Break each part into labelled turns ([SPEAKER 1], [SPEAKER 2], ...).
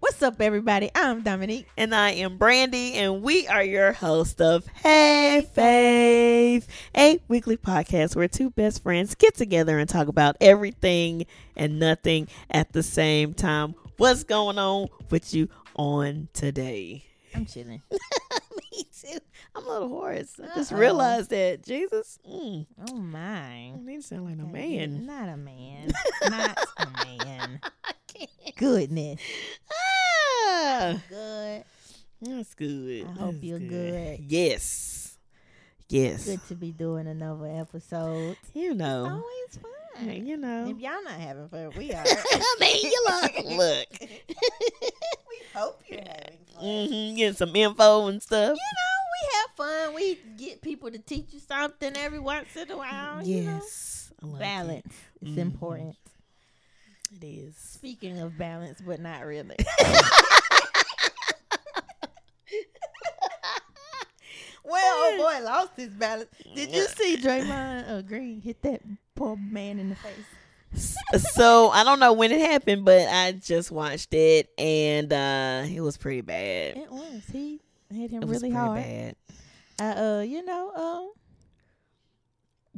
[SPEAKER 1] What's up, everybody? I'm Dominique.
[SPEAKER 2] And I am Brandy, and we are your host of Hey Faith, a weekly podcast where two best friends get together and talk about everything and nothing at the same time. What's going on with you on today?
[SPEAKER 1] I'm chilling.
[SPEAKER 2] Me too. I'm a little hoarse. I just
[SPEAKER 1] Uh-oh.
[SPEAKER 2] realized that. Jesus. Mm,
[SPEAKER 1] Oh my.
[SPEAKER 2] I need to sound like a man.
[SPEAKER 1] Not a man. Not a man. Goodness.
[SPEAKER 2] Ah,
[SPEAKER 1] Good.
[SPEAKER 2] that's good.
[SPEAKER 1] I hope
[SPEAKER 2] That's
[SPEAKER 1] you're good.
[SPEAKER 2] Yes. Yes.
[SPEAKER 1] Good to be doing another episode.
[SPEAKER 2] You
[SPEAKER 1] Oh.
[SPEAKER 2] know.
[SPEAKER 1] Always
[SPEAKER 2] Yeah,
[SPEAKER 1] fun.
[SPEAKER 2] you know.
[SPEAKER 1] If y'all not having fun, we are.
[SPEAKER 2] I mean, you look. look.
[SPEAKER 1] we hope you're having fun.
[SPEAKER 2] hmm Getting some info and stuff.
[SPEAKER 1] You know, we have fun. We get people to teach you something every once in a while. you know.
[SPEAKER 2] yes. I like it.
[SPEAKER 1] Balance. It's
[SPEAKER 2] Mhm.
[SPEAKER 1] important.
[SPEAKER 2] It is.
[SPEAKER 1] Speaking of balance, but not really. well, oh boy, lost his balance. Did you see Draymond uh, Green hit that poor man in the face?
[SPEAKER 2] S- so I don't know when it happened, but I just watched it and uh it was pretty bad.
[SPEAKER 1] It was. He hit him
[SPEAKER 2] It was
[SPEAKER 1] really
[SPEAKER 2] pretty
[SPEAKER 1] hard.
[SPEAKER 2] bad.
[SPEAKER 1] Uh, uh, you know, um,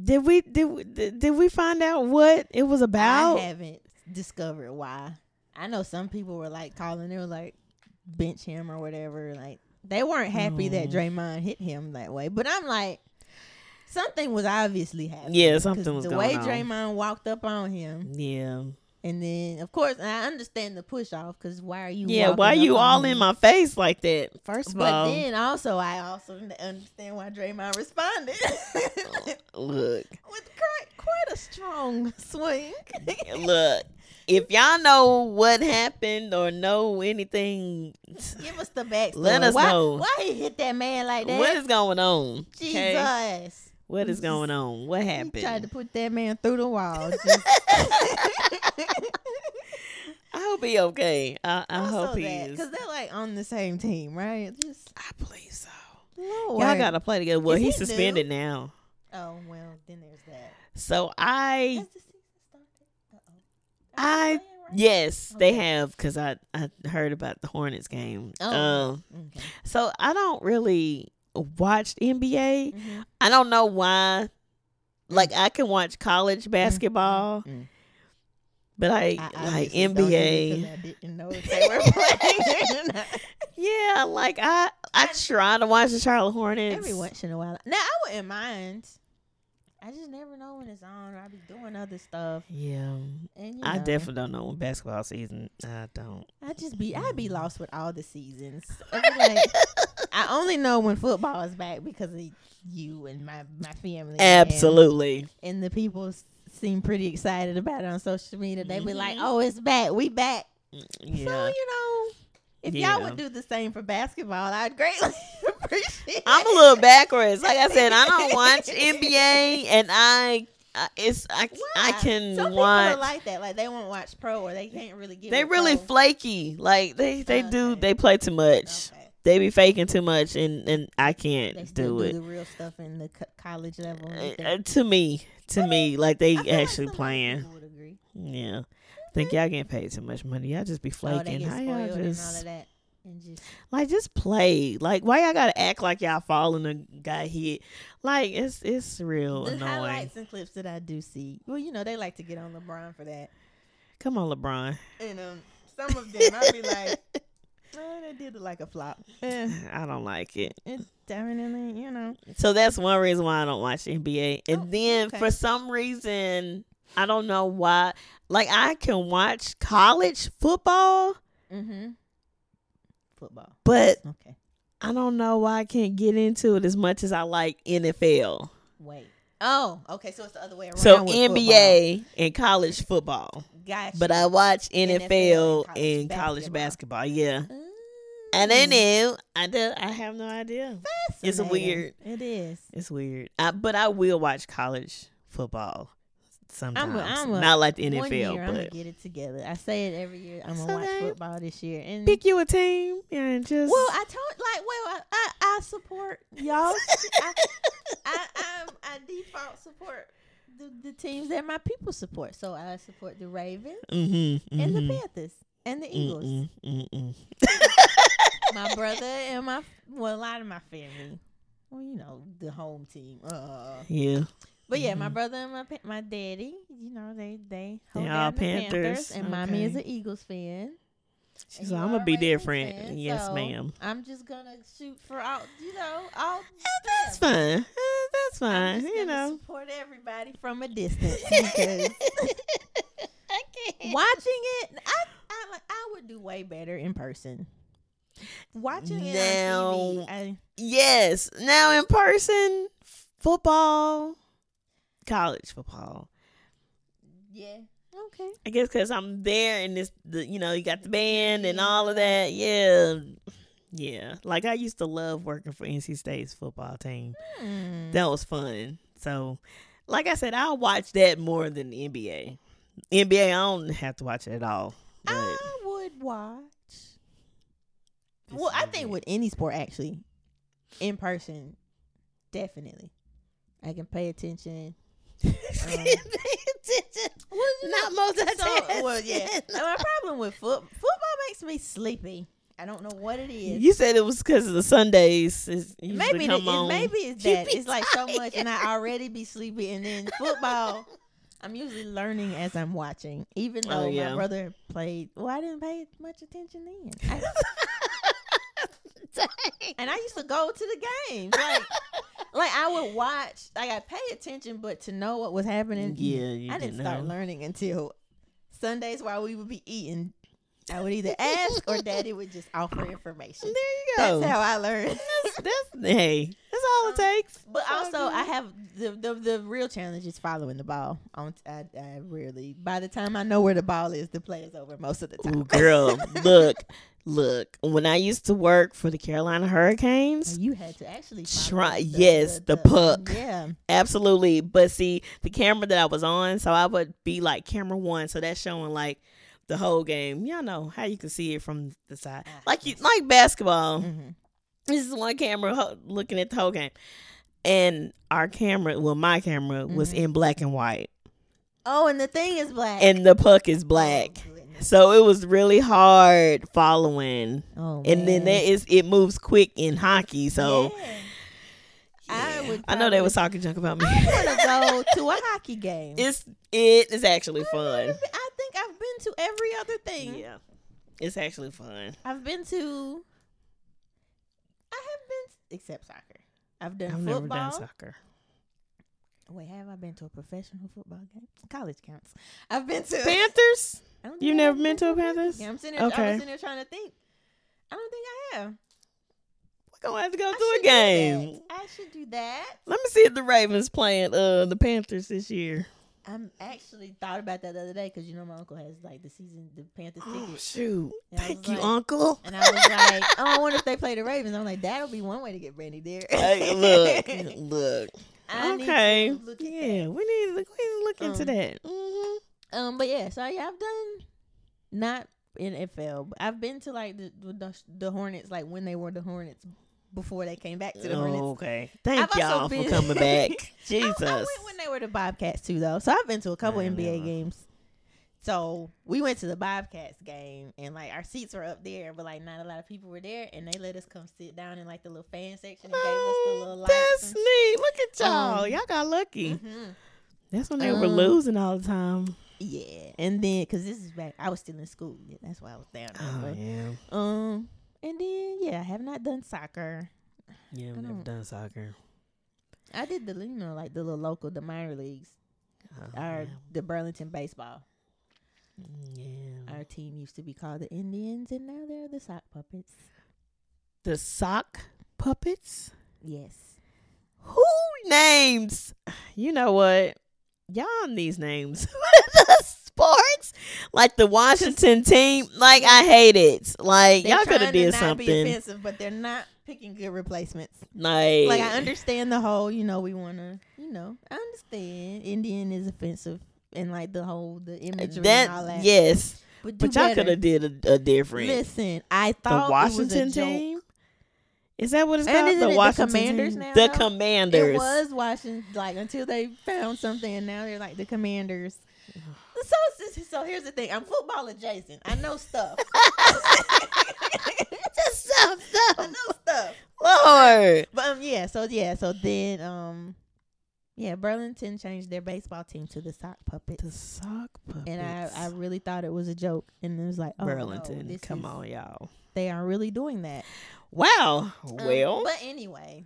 [SPEAKER 2] Did we did we, did did we find out what it was about?
[SPEAKER 1] I haven't discovered why. I know some people were like calling. They were like bench him or whatever. Like they weren't happy that
[SPEAKER 2] Mm.
[SPEAKER 1] Draymond hit him that way. But I'm like, something was obviously happening.
[SPEAKER 2] yeah,
[SPEAKER 1] 'Cause
[SPEAKER 2] something was
[SPEAKER 1] the
[SPEAKER 2] going
[SPEAKER 1] way
[SPEAKER 2] on.
[SPEAKER 1] Draymond walked up on him,
[SPEAKER 2] yeah,
[SPEAKER 1] and then of course and I understand the push off because why are you?
[SPEAKER 2] yeah.
[SPEAKER 1] walking
[SPEAKER 2] Why
[SPEAKER 1] up
[SPEAKER 2] you
[SPEAKER 1] on
[SPEAKER 2] all
[SPEAKER 1] him?
[SPEAKER 2] in my face like that? First of
[SPEAKER 1] But
[SPEAKER 2] all,
[SPEAKER 1] then also, I also understand why Draymond responded with
[SPEAKER 2] look,
[SPEAKER 1] quite, quite a strong swing.
[SPEAKER 2] look. If y'all know what happened or know anything,
[SPEAKER 1] Give us the backstory.
[SPEAKER 2] Let us
[SPEAKER 1] why,
[SPEAKER 2] know.
[SPEAKER 1] why he hit that man like that.
[SPEAKER 2] what is going on?
[SPEAKER 1] Jesus?
[SPEAKER 2] okay? What is
[SPEAKER 1] Just-
[SPEAKER 2] going on? What
[SPEAKER 1] He tried to
[SPEAKER 2] happened?
[SPEAKER 1] put that man through the wall. Just-
[SPEAKER 2] I hope he okay. I, I
[SPEAKER 1] Also
[SPEAKER 2] hope he
[SPEAKER 1] that,
[SPEAKER 2] is.
[SPEAKER 1] Cause they're like on the same team, right? Just
[SPEAKER 2] I believe so.
[SPEAKER 1] Lord.
[SPEAKER 2] Y'all gotta play together. Well,
[SPEAKER 1] Is
[SPEAKER 2] he's
[SPEAKER 1] he new?
[SPEAKER 2] suspended now,
[SPEAKER 1] Oh well, then there's that.
[SPEAKER 2] so I
[SPEAKER 1] Has the season started? Uh-oh.
[SPEAKER 2] I-
[SPEAKER 1] Are they playing right
[SPEAKER 2] Yes, they
[SPEAKER 1] Okay.
[SPEAKER 2] have because I I heard about the Hornets game.
[SPEAKER 1] Oh.
[SPEAKER 2] Um,
[SPEAKER 1] now? Okay.
[SPEAKER 2] so I don't really watch NBA.
[SPEAKER 1] Mhm.
[SPEAKER 2] I don't know why. Like I can watch college basketball,
[SPEAKER 1] Mm.
[SPEAKER 2] but I,
[SPEAKER 1] Mm-hmm. I
[SPEAKER 2] Mm-hmm. like
[SPEAKER 1] obviously don't get it 'cause
[SPEAKER 2] NBA.
[SPEAKER 1] I didn't know if they were playing. or not.
[SPEAKER 2] Yeah, like I I try to watch the Charlotte Hornets.
[SPEAKER 1] Every once in a while. Now I wouldn't mind. I just never know when it's on. or I be doing other stuff.
[SPEAKER 2] Yeah,
[SPEAKER 1] And you
[SPEAKER 2] I
[SPEAKER 1] know,
[SPEAKER 2] definitely don't know when basketball season. I don't.
[SPEAKER 1] I just be I be lost with all the seasons. I be like, I only know when football is back because of you and my my family. and-
[SPEAKER 2] Absolutely.
[SPEAKER 1] And, the people s- seem pretty excited about it on social media. They be like,
[SPEAKER 2] Mhm.
[SPEAKER 1] "Oh, it's back. We back." So
[SPEAKER 2] Yeah.
[SPEAKER 1] you know, if
[SPEAKER 2] Yeah.
[SPEAKER 1] y'all would do the same for basketball, I'd greatly appreciate.
[SPEAKER 2] I'm a
[SPEAKER 1] it.
[SPEAKER 2] little backwards. Like I said, I don't watch NBA, and I, I it's I,
[SPEAKER 1] Why?
[SPEAKER 2] I can
[SPEAKER 1] Some people
[SPEAKER 2] watch.
[SPEAKER 1] are like that. Like they won't watch pro or they can't really get.
[SPEAKER 2] they
[SPEAKER 1] with
[SPEAKER 2] really
[SPEAKER 1] pro.
[SPEAKER 2] flaky. Like they they do
[SPEAKER 1] Oh, Okay.
[SPEAKER 2] they play too much.
[SPEAKER 1] Okay.
[SPEAKER 2] They be faking too much, and and I can't
[SPEAKER 1] They
[SPEAKER 2] do
[SPEAKER 1] still do,
[SPEAKER 2] it.
[SPEAKER 1] the real stuff in the co- college level. and
[SPEAKER 2] Uh,
[SPEAKER 1] stuff.
[SPEAKER 2] uh, to me, to
[SPEAKER 1] I
[SPEAKER 2] me, like they
[SPEAKER 1] I feel like
[SPEAKER 2] actually
[SPEAKER 1] some other
[SPEAKER 2] playing.
[SPEAKER 1] people would agree.
[SPEAKER 2] Yeah, think y'all getting paid too much money. Y'all just be
[SPEAKER 1] Mm-hmm. Oh, they
[SPEAKER 2] flaking.
[SPEAKER 1] get
[SPEAKER 2] How
[SPEAKER 1] spoiled
[SPEAKER 2] y'all
[SPEAKER 1] and all
[SPEAKER 2] just
[SPEAKER 1] of that. And just
[SPEAKER 2] like just play? Like why y'all gotta act like y'all falling and got hit? Like it's it's real
[SPEAKER 1] the
[SPEAKER 2] annoying.
[SPEAKER 1] highlights and clips that I do see. Well, you know they like to get on LeBron for that,
[SPEAKER 2] Come on, LeBron.
[SPEAKER 1] and um, some of them I'd be like, oh, they did it like a flop. Eh,
[SPEAKER 2] I don't like it.
[SPEAKER 1] it definitely, you know.
[SPEAKER 2] So that's one reason why I don't watch NBA. And
[SPEAKER 1] Oh,
[SPEAKER 2] then
[SPEAKER 1] okay.
[SPEAKER 2] for some reason, I don't know why. Like I can watch college football,
[SPEAKER 1] Mm-hmm. Football.
[SPEAKER 2] but
[SPEAKER 1] Okay.
[SPEAKER 2] I don't know why I can't get into it as much as I like NFL.
[SPEAKER 1] Wait. Oh, okay. So it's the other way around.
[SPEAKER 2] So
[SPEAKER 1] with
[SPEAKER 2] NBA and college football,
[SPEAKER 1] Football. Gotcha.
[SPEAKER 2] but I watch
[SPEAKER 1] NFL
[SPEAKER 2] NFL,
[SPEAKER 1] and college
[SPEAKER 2] and college
[SPEAKER 1] basketball.
[SPEAKER 2] basketball. Yeah,
[SPEAKER 1] Mm,
[SPEAKER 2] Mm-hmm. and then it, I do, I have no idea. It's
[SPEAKER 1] Fascinating.
[SPEAKER 2] weird.
[SPEAKER 1] It is.
[SPEAKER 2] It's weird. I, but I will watch college football sometimes.
[SPEAKER 1] I'm a-
[SPEAKER 2] Not like the
[SPEAKER 1] One
[SPEAKER 2] NFL,
[SPEAKER 1] year, I'm
[SPEAKER 2] but
[SPEAKER 1] gonna get it together. I say it every year. I'm
[SPEAKER 2] It's
[SPEAKER 1] gonna watch
[SPEAKER 2] okay.
[SPEAKER 1] football this year. And
[SPEAKER 2] pick you a team and just
[SPEAKER 1] well, I told like well, I I, I support y'all. I, I I um, I default support the, the teams that my people support. So I support the Ravens
[SPEAKER 2] mm-hmm,
[SPEAKER 1] and the Panthers. and the Eagles.
[SPEAKER 2] Mm-mm, mm-mm.
[SPEAKER 1] My brother and my well, a lot of my family. Well, you know, the home team. Uh,
[SPEAKER 2] Yeah.
[SPEAKER 1] but yeah, my
[SPEAKER 2] Mhm.
[SPEAKER 1] brother and my pa- my daddy. You know, they they
[SPEAKER 2] They
[SPEAKER 1] hold
[SPEAKER 2] all
[SPEAKER 1] down the
[SPEAKER 2] Panthers.
[SPEAKER 1] Panthers, and mommy is
[SPEAKER 2] Okay.
[SPEAKER 1] an Eagles fan.
[SPEAKER 2] She's
[SPEAKER 1] You
[SPEAKER 2] like, I'm gonna
[SPEAKER 1] are
[SPEAKER 2] be
[SPEAKER 1] a Ravens
[SPEAKER 2] different.
[SPEAKER 1] fan,
[SPEAKER 2] yes,
[SPEAKER 1] so
[SPEAKER 2] ma'am.
[SPEAKER 1] I'm just gonna shoot for all. You know, all.
[SPEAKER 2] That's fine. Eh, That's
[SPEAKER 1] I'm
[SPEAKER 2] fine.
[SPEAKER 1] just
[SPEAKER 2] You
[SPEAKER 1] gonna
[SPEAKER 2] know.
[SPEAKER 1] support everybody from a distance because watching it, I, I like I would do way better in person. Watching it on
[SPEAKER 2] Now-
[SPEAKER 1] TV, I,
[SPEAKER 2] Yes. Now in person, football, college football.
[SPEAKER 1] yeah, okay.
[SPEAKER 2] I guess because I'm there and this, the, you know, you got the band and all of that. Yeah.
[SPEAKER 1] Mm-hmm.
[SPEAKER 2] Yeah. Like I used to love working for NC State's football team.
[SPEAKER 1] Hmm.
[SPEAKER 2] That was fun. So, like I said, I'll watch that more than the NBA. NBA, I don't have to watch it at all. But
[SPEAKER 1] I would watch.
[SPEAKER 2] This
[SPEAKER 1] Well, I
[SPEAKER 2] is
[SPEAKER 1] think
[SPEAKER 2] it.
[SPEAKER 1] with any sport actually, in person, definitely, I can pay attention. Um,
[SPEAKER 2] not
[SPEAKER 1] So,
[SPEAKER 2] multitasking.
[SPEAKER 1] well, yeah. My problem with foot football makes me sleepy. I don't know what it is.
[SPEAKER 2] You said it was because of the Sundays. It's, it usually
[SPEAKER 1] maybe the,
[SPEAKER 2] come
[SPEAKER 1] it,
[SPEAKER 2] on.
[SPEAKER 1] maybe it's
[SPEAKER 2] You
[SPEAKER 1] that
[SPEAKER 2] be
[SPEAKER 1] it's like so much, and I already be sleepy, and then football. I'm usually learning as I'm watching, even
[SPEAKER 2] Oh,
[SPEAKER 1] though
[SPEAKER 2] yeah.
[SPEAKER 1] my brother played. Well, I didn't pay much attention then, I- and I used to go to the games. Like, like I would watch. Like I pay attention, but to know what was happening,
[SPEAKER 2] yeah, you
[SPEAKER 1] I didn't start
[SPEAKER 2] know.
[SPEAKER 1] learning until Sundays while we would be eating. I would either ask or Daddy would just offer information.
[SPEAKER 2] There you go.
[SPEAKER 1] That's how I learned.
[SPEAKER 2] That's- hey, that's all
[SPEAKER 1] Um,
[SPEAKER 2] it takes.
[SPEAKER 1] But
[SPEAKER 2] It's all
[SPEAKER 1] also,
[SPEAKER 2] good.
[SPEAKER 1] I have the, the the real challenge is following the ball. On I, I really by the time I know where the ball is, the play is over most of the time.
[SPEAKER 2] Ooh, girl, look, look. When I used to work for the Carolina Hurricanes,
[SPEAKER 1] you had to actually follow
[SPEAKER 2] Try- yes, the puck.
[SPEAKER 1] Yeah,
[SPEAKER 2] absolutely. But see, the camera that I was on, so I would be like camera one, so that's showing like the whole game. Y'all know how you can see it from the side,
[SPEAKER 1] Ah,
[SPEAKER 2] like you like basketball.
[SPEAKER 1] hmm
[SPEAKER 2] this is one camera ho- looking at the whole game and our camera well my camera was
[SPEAKER 1] Mhm.
[SPEAKER 2] in black and white
[SPEAKER 1] Oh, and the thing is black
[SPEAKER 2] and the puck is
[SPEAKER 1] Oh,
[SPEAKER 2] black
[SPEAKER 1] goodness.
[SPEAKER 2] so it was really hard following
[SPEAKER 1] Oh,
[SPEAKER 2] and then
[SPEAKER 1] man.
[SPEAKER 2] that is it moves quick in hockey so
[SPEAKER 1] Yeah. I
[SPEAKER 2] yeah.
[SPEAKER 1] would
[SPEAKER 2] I know they
[SPEAKER 1] probably-
[SPEAKER 2] was talking junk about me
[SPEAKER 1] I want to go to a hockey game.
[SPEAKER 2] it's it is actually
[SPEAKER 1] I wanna
[SPEAKER 2] fun
[SPEAKER 1] be- I think I've been to every other thing.
[SPEAKER 2] yeah it's actually fun
[SPEAKER 1] I've been to. I have been except soccer. I've done
[SPEAKER 2] i've
[SPEAKER 1] football.
[SPEAKER 2] never done soccer
[SPEAKER 1] Wait, have I been to a professional football game? College counts. I've been to.
[SPEAKER 2] panthers
[SPEAKER 1] I don't think
[SPEAKER 2] you've
[SPEAKER 1] I've
[SPEAKER 2] never
[SPEAKER 1] ever
[SPEAKER 2] been to a panthers
[SPEAKER 1] Yeah, I'm sitting there. I
[SPEAKER 2] Okay.
[SPEAKER 1] was sitting there trying to think. I don't think I have.
[SPEAKER 2] we're gonna have to go
[SPEAKER 1] I
[SPEAKER 2] to a
[SPEAKER 1] should do
[SPEAKER 2] game
[SPEAKER 1] that. I should do that.
[SPEAKER 2] let me see if the ravens playing uh the panthers this year
[SPEAKER 1] I'm actually thought about that the other day because you know my uncle has like the season the Panthers
[SPEAKER 2] Oh
[SPEAKER 1] ticket.
[SPEAKER 2] shoot!
[SPEAKER 1] And I
[SPEAKER 2] Thank
[SPEAKER 1] was
[SPEAKER 2] you,
[SPEAKER 1] like-
[SPEAKER 2] Uncle.
[SPEAKER 1] And I was like, oh, I wonder if they play the Ravens. I'm like, that'll be one way to get Brandy there.
[SPEAKER 2] Hey, look, look.
[SPEAKER 1] I
[SPEAKER 2] okay.
[SPEAKER 1] Need to look at
[SPEAKER 2] yeah, we need to we need to look into
[SPEAKER 1] Um,
[SPEAKER 2] that. hmm
[SPEAKER 1] that. Um, but yeah, so yeah, I've done not NFL, but I've been to like the the, the Hornets, like when they were the Hornets before they came back to the Hornets.
[SPEAKER 2] okay. Thank
[SPEAKER 1] I've also
[SPEAKER 2] y'all for
[SPEAKER 1] been-
[SPEAKER 2] coming back.
[SPEAKER 1] I-
[SPEAKER 2] Oh, Jesus.
[SPEAKER 1] I, went when they were the Bobcats too, though. So I've been to a couple
[SPEAKER 2] I
[SPEAKER 1] NBA
[SPEAKER 2] know.
[SPEAKER 1] games. So we went to the Bobcats game, and like our seats were up there, but like not a lot of people were there, and they let us come sit down in like the little fan section and gave us the little
[SPEAKER 2] oh,
[SPEAKER 1] lights.
[SPEAKER 2] that's
[SPEAKER 1] and-
[SPEAKER 2] neat. Look at y'all.
[SPEAKER 1] Um,
[SPEAKER 2] y'all got lucky.
[SPEAKER 1] Mhm.
[SPEAKER 2] That's when they were
[SPEAKER 1] um,
[SPEAKER 2] losing all the time.
[SPEAKER 1] Yeah, and then because this is back, I was still in school. Yeah, That's why I was down there.
[SPEAKER 2] Oh
[SPEAKER 1] but,
[SPEAKER 2] yeah,
[SPEAKER 1] Um, and then yeah, I have not done soccer.
[SPEAKER 2] yeah. I've never
[SPEAKER 1] don't-
[SPEAKER 2] done soccer.
[SPEAKER 1] I did the you know like the little local, the minor leagues,
[SPEAKER 2] Oh,
[SPEAKER 1] our the Burlington baseball.
[SPEAKER 2] yeah. yeah.
[SPEAKER 1] Our team used to be called the Indians, and now they're the sock puppets.
[SPEAKER 2] The sock puppets.
[SPEAKER 1] Yes,
[SPEAKER 2] Who names? You know what? Y'all in these names. the sports, like the Washington team, like I hate it. Like
[SPEAKER 1] They're
[SPEAKER 2] y'all could
[SPEAKER 1] trying
[SPEAKER 2] have
[SPEAKER 1] to
[SPEAKER 2] did
[SPEAKER 1] not Be
[SPEAKER 2] something.
[SPEAKER 1] offensive, but they're not picking good replacements.
[SPEAKER 2] Like,
[SPEAKER 1] Like I understand the whole, you know, we want to, you know, I understand Indian is offensive and like the whole the imagery
[SPEAKER 2] that.
[SPEAKER 1] and all that.
[SPEAKER 2] Yes,
[SPEAKER 1] but, do
[SPEAKER 2] but y'all
[SPEAKER 1] better.
[SPEAKER 2] could have did a, a different.
[SPEAKER 1] Listen, I
[SPEAKER 2] the
[SPEAKER 1] thought it
[SPEAKER 2] Washington
[SPEAKER 1] was a joke.
[SPEAKER 2] team. Is that what it's
[SPEAKER 1] And
[SPEAKER 2] called?
[SPEAKER 1] isn't it the
[SPEAKER 2] Washington
[SPEAKER 1] Commanders
[SPEAKER 2] team?
[SPEAKER 1] now,
[SPEAKER 2] The
[SPEAKER 1] though?
[SPEAKER 2] Commanders.
[SPEAKER 1] It was Washington, like until they found something, and now they're like the Commanders. so, so so here's the thing. I'm football adjacent. I know stuff.
[SPEAKER 2] Just stop,
[SPEAKER 1] I
[SPEAKER 2] stop.
[SPEAKER 1] know stuff.
[SPEAKER 2] Lord.
[SPEAKER 1] But um, yeah. So yeah. So then um, yeah. Burlington changed their baseball team to the sock puppets,
[SPEAKER 2] The sock puppets.
[SPEAKER 1] and I I really thought it was a joke, and it was like, oh, no,
[SPEAKER 2] Burlington.
[SPEAKER 1] this
[SPEAKER 2] Come
[SPEAKER 1] is-
[SPEAKER 2] on, y'all.
[SPEAKER 1] they are really doing that.
[SPEAKER 2] Wow.
[SPEAKER 1] Um,
[SPEAKER 2] Well,
[SPEAKER 1] but anyway,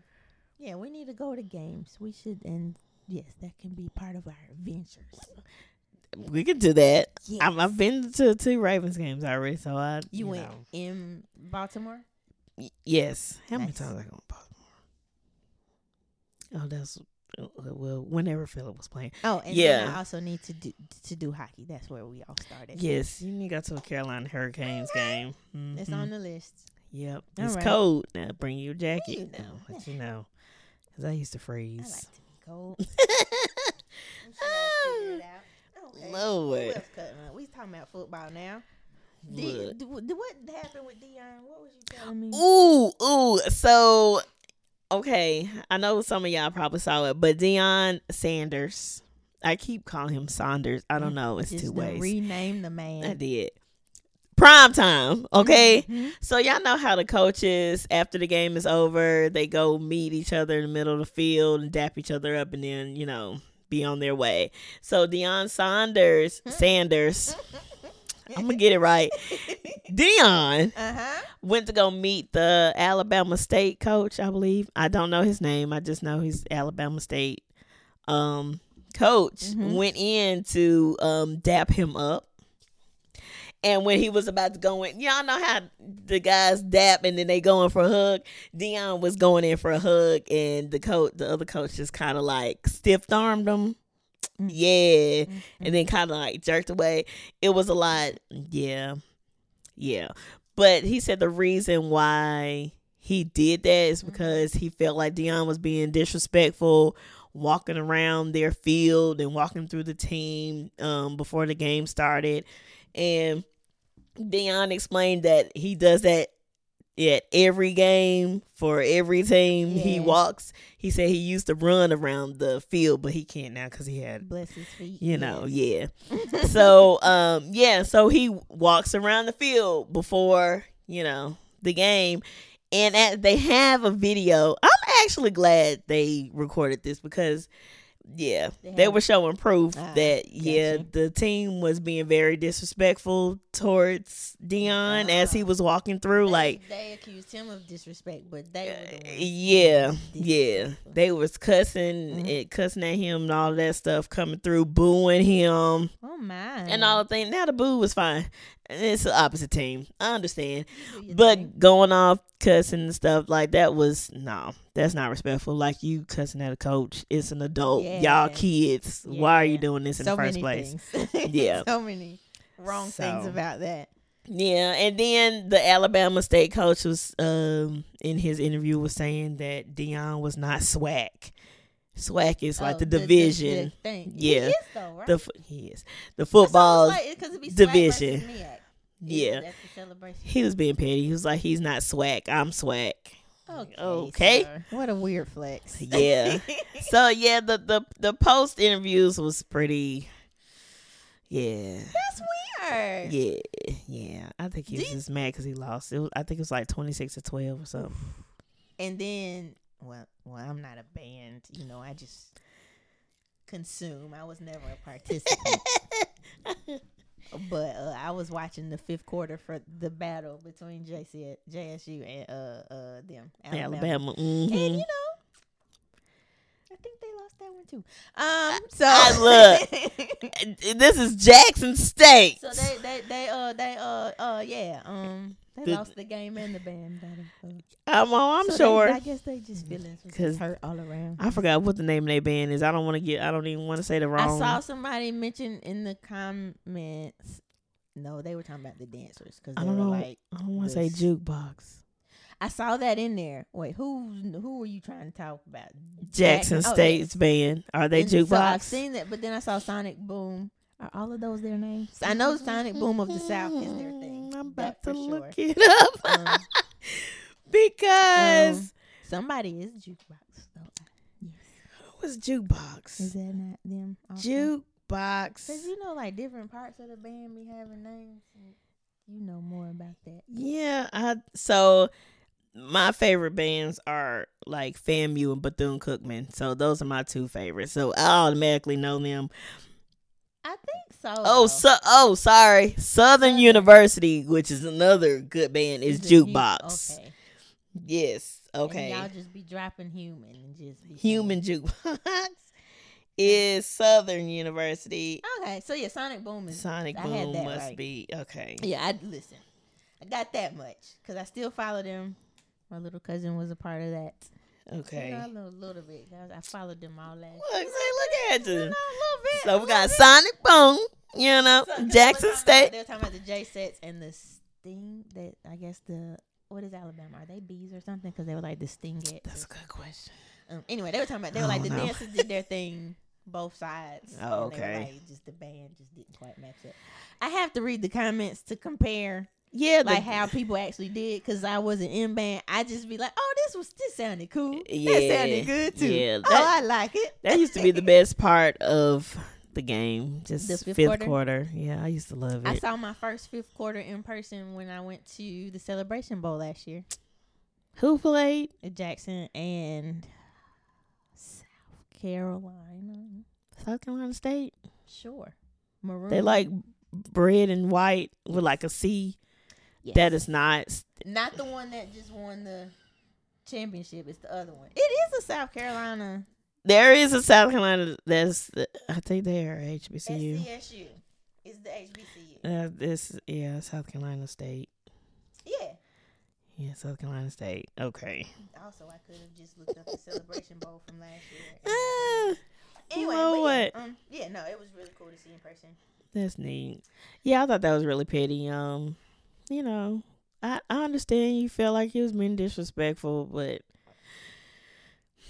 [SPEAKER 1] yeah, we need to go to games. We should, and yes, that can be part of our adventures.
[SPEAKER 2] we can do that.
[SPEAKER 1] Yes.
[SPEAKER 2] I'm, I've been to two Ravens games already, so I.
[SPEAKER 1] you went
[SPEAKER 2] know.
[SPEAKER 1] in Baltimore.
[SPEAKER 2] Y- Yes. How many
[SPEAKER 1] Nice.
[SPEAKER 2] times I gone to Baltimore? Oh, that's uh, well. Whenever Philip was playing,
[SPEAKER 1] Oh, and yeah.
[SPEAKER 2] Yeah.
[SPEAKER 1] I also need to do to do hockey. That's where we all started.
[SPEAKER 2] yes, you need to go to a Carolina Hurricanes game.
[SPEAKER 1] It's
[SPEAKER 2] Mhm.
[SPEAKER 1] on the list.
[SPEAKER 2] Yep,
[SPEAKER 1] All
[SPEAKER 2] it's
[SPEAKER 1] right.
[SPEAKER 2] cold. Now bring your jacket.
[SPEAKER 1] you
[SPEAKER 2] No,
[SPEAKER 1] know.
[SPEAKER 2] but you know, because I used to
[SPEAKER 1] I like
[SPEAKER 2] freeze.
[SPEAKER 1] to be cold. I'm sure I'll figure it out. Okay.
[SPEAKER 2] Lord.
[SPEAKER 1] Who else cutting up? We talking about football now. D,
[SPEAKER 2] Look.
[SPEAKER 1] d- w- d- what happened with Dion? What was you telling me?
[SPEAKER 2] Ooh, ooh. So, okay, I know some of y'all probably saw it, but Dion Sanders. I keep calling him Saunders. I don't know. It's
[SPEAKER 1] Just
[SPEAKER 2] two
[SPEAKER 1] to
[SPEAKER 2] ways.
[SPEAKER 1] rename the
[SPEAKER 2] I
[SPEAKER 1] man.
[SPEAKER 2] did. Prime time, okay?
[SPEAKER 1] Mhm.
[SPEAKER 2] So y'all know how the coaches after the game is over, they go meet each other in the middle of the field and dap each other up and then, you know, be on their way. So Deion Saunders, Sanders, I'm gonna get it right. Deion
[SPEAKER 1] Uh-huh.
[SPEAKER 2] went to go meet the Alabama State coach, I believe. I don't know his name. I just know he's Alabama State um coach
[SPEAKER 1] Mhm.
[SPEAKER 2] went in to um dap him up. And when he was about to go in, y'all know how the guys dap and then they go in for a hug. Dion was going in for a hug and the coach the other coach just kinda like stiff armed him.
[SPEAKER 1] Mm.
[SPEAKER 2] Yeah
[SPEAKER 1] Mm,
[SPEAKER 2] and then kind of like jerked away. It was a lot. Yeah. Yeah. But he said the reason why he did that is
[SPEAKER 1] Mhm.
[SPEAKER 2] because he felt like Dion was being disrespectful, walking around their field and walking through the team um, before the game started. And Dion explained that he does that at every game for every team he
[SPEAKER 1] Yeah.
[SPEAKER 2] walks. He said he used to run around the field, but he can't now because he had
[SPEAKER 1] Bless his feet.
[SPEAKER 2] you know
[SPEAKER 1] yes.
[SPEAKER 2] yeah so um yeah so he walks around the field before you know the game and at, they have a video i'm actually glad they recorded this because yeah
[SPEAKER 1] They
[SPEAKER 2] they,
[SPEAKER 1] have-
[SPEAKER 2] were showing proof
[SPEAKER 1] Ah,
[SPEAKER 2] that yeah
[SPEAKER 1] gotcha.
[SPEAKER 2] the team was being very disrespectful towards dion as he
[SPEAKER 1] Ah.
[SPEAKER 2] was walking through
[SPEAKER 1] They-
[SPEAKER 2] like eh,
[SPEAKER 1] they accused him of disrespect, but they were the ones
[SPEAKER 2] yeah,
[SPEAKER 1] being
[SPEAKER 2] yeah.
[SPEAKER 1] disrespectful.
[SPEAKER 2] They was cussing
[SPEAKER 1] Mhm.
[SPEAKER 2] and cussing at him and all that stuff coming through, booing him
[SPEAKER 1] Oh my.
[SPEAKER 2] and all the thing. Now the boo was fine. It's the opposite team. I understand.
[SPEAKER 1] You do your thing.
[SPEAKER 2] But going off cussing and stuff like that was no, that's not respectful. Like you cussing at a coach. It's an adult.
[SPEAKER 1] Yeah.
[SPEAKER 2] Y'all kids. Why are you
[SPEAKER 1] Yeah.
[SPEAKER 2] doing this in
[SPEAKER 1] so
[SPEAKER 2] the first
[SPEAKER 1] many
[SPEAKER 2] place?
[SPEAKER 1] things.
[SPEAKER 2] Yeah.
[SPEAKER 1] so many wrong things
[SPEAKER 2] So.
[SPEAKER 1] about that.
[SPEAKER 2] Yeah, and then the Alabama State coach was um in his interview was saying that Dion was not swag. Swag is like
[SPEAKER 1] Oh,
[SPEAKER 2] the, division.
[SPEAKER 1] The, thing.
[SPEAKER 2] Yeah.
[SPEAKER 1] He is though, right?
[SPEAKER 2] The f he is the football. division.
[SPEAKER 1] division.
[SPEAKER 2] yeah,
[SPEAKER 1] That's the celebration.
[SPEAKER 2] he was being petty. He was like, "He's not swag. I'm swag."
[SPEAKER 1] Okay.
[SPEAKER 2] Okay.
[SPEAKER 1] sir. What a weird flex.
[SPEAKER 2] Yeah. so yeah, the the the post interviews was pretty. Yeah,
[SPEAKER 1] That's weird.
[SPEAKER 2] yeah, yeah. I think he was
[SPEAKER 1] Did-
[SPEAKER 2] just mad because he lost. It was, I think it was like twenty six to twelve or something.
[SPEAKER 1] And then, well, well, I'm not a band. You know, I just consume. I was never a participant. but uh, I was watching the fifth quarter for the battle between JC, JSU and uh, uh, them Alabama.
[SPEAKER 2] Alabama.
[SPEAKER 1] And
[SPEAKER 2] mhm.
[SPEAKER 1] you know, I think they lost that one too. Um, so
[SPEAKER 2] I this is Jackson State.
[SPEAKER 1] so they they they uh they uh uh yeah um they
[SPEAKER 2] The-
[SPEAKER 1] lost the game and the band. battle. Uh,
[SPEAKER 2] I'm, oh, I'm
[SPEAKER 1] so they-
[SPEAKER 2] sure.
[SPEAKER 1] I guess they just feelings was
[SPEAKER 2] Cause-
[SPEAKER 1] just hurt all around.
[SPEAKER 2] I forgot what the name of their band is. I don't want to get. I don't even want to say the
[SPEAKER 1] I
[SPEAKER 2] wrong.
[SPEAKER 1] saw somebody mention in the comments. No, they were talking about the dancers because
[SPEAKER 2] I
[SPEAKER 1] they were
[SPEAKER 2] don't know.
[SPEAKER 1] like,
[SPEAKER 2] I don't want to say
[SPEAKER 1] this.
[SPEAKER 2] jukebox.
[SPEAKER 1] I saw that in there. Wait, who who were you trying to talk about?
[SPEAKER 2] Jackson
[SPEAKER 1] oh,
[SPEAKER 2] State's band. Are they
[SPEAKER 1] And So I've
[SPEAKER 2] jukebox?
[SPEAKER 1] seen that, but then I saw Sonic Boom. Are all of those their names? I know Sonic Boom of the South is their thing.
[SPEAKER 2] I'm
[SPEAKER 1] That
[SPEAKER 2] about
[SPEAKER 1] for
[SPEAKER 2] to look
[SPEAKER 1] sure.
[SPEAKER 2] it up
[SPEAKER 1] Um,
[SPEAKER 2] because
[SPEAKER 1] um, somebody is jukebox. Though. Yes,
[SPEAKER 2] who was jukebox?
[SPEAKER 1] is that not them? also?
[SPEAKER 2] Jukebox. box.
[SPEAKER 1] Cause you know, like different parts of the band be having names. and You know more about that.
[SPEAKER 2] Yeah, I so my favorite bands are like FAMU and Bethune Cookman. So those are my two favorites. So I automatically know them.
[SPEAKER 1] I think so.
[SPEAKER 2] Oh,
[SPEAKER 1] though.
[SPEAKER 2] so oh, sorry, Southern
[SPEAKER 1] Southern.
[SPEAKER 2] University, which is another good band, is
[SPEAKER 1] It's a ju-
[SPEAKER 2] Jukebox.
[SPEAKER 1] Okay.
[SPEAKER 2] Yes,
[SPEAKER 1] And
[SPEAKER 2] okay.
[SPEAKER 1] y'all just be dropping human and just be saying-
[SPEAKER 2] Human Jukebox is Southern University.
[SPEAKER 1] Okay, so yeah, Sonic Boom is.
[SPEAKER 2] Sonic
[SPEAKER 1] I had
[SPEAKER 2] Boom
[SPEAKER 1] that
[SPEAKER 2] must
[SPEAKER 1] right.
[SPEAKER 2] be okay.
[SPEAKER 1] Yeah, I listen. I got that much because I still follow them. My little cousin was a part of that.
[SPEAKER 2] Okay.
[SPEAKER 1] You know, a little, little bit. I, I followed them all last.
[SPEAKER 2] Look, see, look at
[SPEAKER 1] You know, a
[SPEAKER 2] you.
[SPEAKER 1] little bit.
[SPEAKER 2] So
[SPEAKER 1] a
[SPEAKER 2] we got
[SPEAKER 1] little bit.
[SPEAKER 2] Sonic Boom, you know,
[SPEAKER 1] So- 'cause they were
[SPEAKER 2] Jackson
[SPEAKER 1] talking about-
[SPEAKER 2] State.
[SPEAKER 1] They were talking about the J sets and the sting that I guess the what is Alabama? Are they bees or something? Because they were like the stingettes.
[SPEAKER 2] That's a good question.
[SPEAKER 1] Um, anyway, they were talking about they were
[SPEAKER 2] I
[SPEAKER 1] like the
[SPEAKER 2] don't know.
[SPEAKER 1] dancers did their thing, both sides.
[SPEAKER 2] Oh,
[SPEAKER 1] and they were
[SPEAKER 2] okay.
[SPEAKER 1] like, just the band just didn't quite match up. I have to read the comments to compare
[SPEAKER 2] Yeah,
[SPEAKER 1] like how people actually did because I wasn't in band. I just be like, oh, this was this sounded cool. that
[SPEAKER 2] Yeah,
[SPEAKER 1] sounded good too.
[SPEAKER 2] yeah,
[SPEAKER 1] oh,
[SPEAKER 2] that-
[SPEAKER 1] I like it.
[SPEAKER 2] that used to be the best part of the game. Just
[SPEAKER 1] The
[SPEAKER 2] fifth,
[SPEAKER 1] fifth
[SPEAKER 2] quarter.
[SPEAKER 1] quarter?
[SPEAKER 2] Yeah, I used to love
[SPEAKER 1] I
[SPEAKER 2] it.
[SPEAKER 1] saw my first fifth quarter in person when I went to the Celebration Bowl last year.
[SPEAKER 2] Who played?
[SPEAKER 1] Jackson and South Carolina.
[SPEAKER 2] South Carolina State.
[SPEAKER 1] Sure. Maroon.
[SPEAKER 2] They like red and white with like a C.
[SPEAKER 1] Yes.
[SPEAKER 2] That is not. s-
[SPEAKER 1] not the one that just won the championship. It's the other one. It is a South Carolina
[SPEAKER 2] There is a South Carolina that's. I think they are HBCU.
[SPEAKER 1] SCSU. It's the HBCU.
[SPEAKER 2] Uh, this yeah, South Carolina State.
[SPEAKER 1] Yeah.
[SPEAKER 2] Yeah, South Carolina State. Okay.
[SPEAKER 1] Also, I could have just looked up the Celebration Bowl from last year.
[SPEAKER 2] Ah,
[SPEAKER 1] Anyway, but yeah,
[SPEAKER 2] know what?
[SPEAKER 1] Um, yeah, no, it was really cool to see in person.
[SPEAKER 2] That's neat. Yeah, I thought that was really petty. Um, you know, I, I understand you feel like he was being disrespectful, but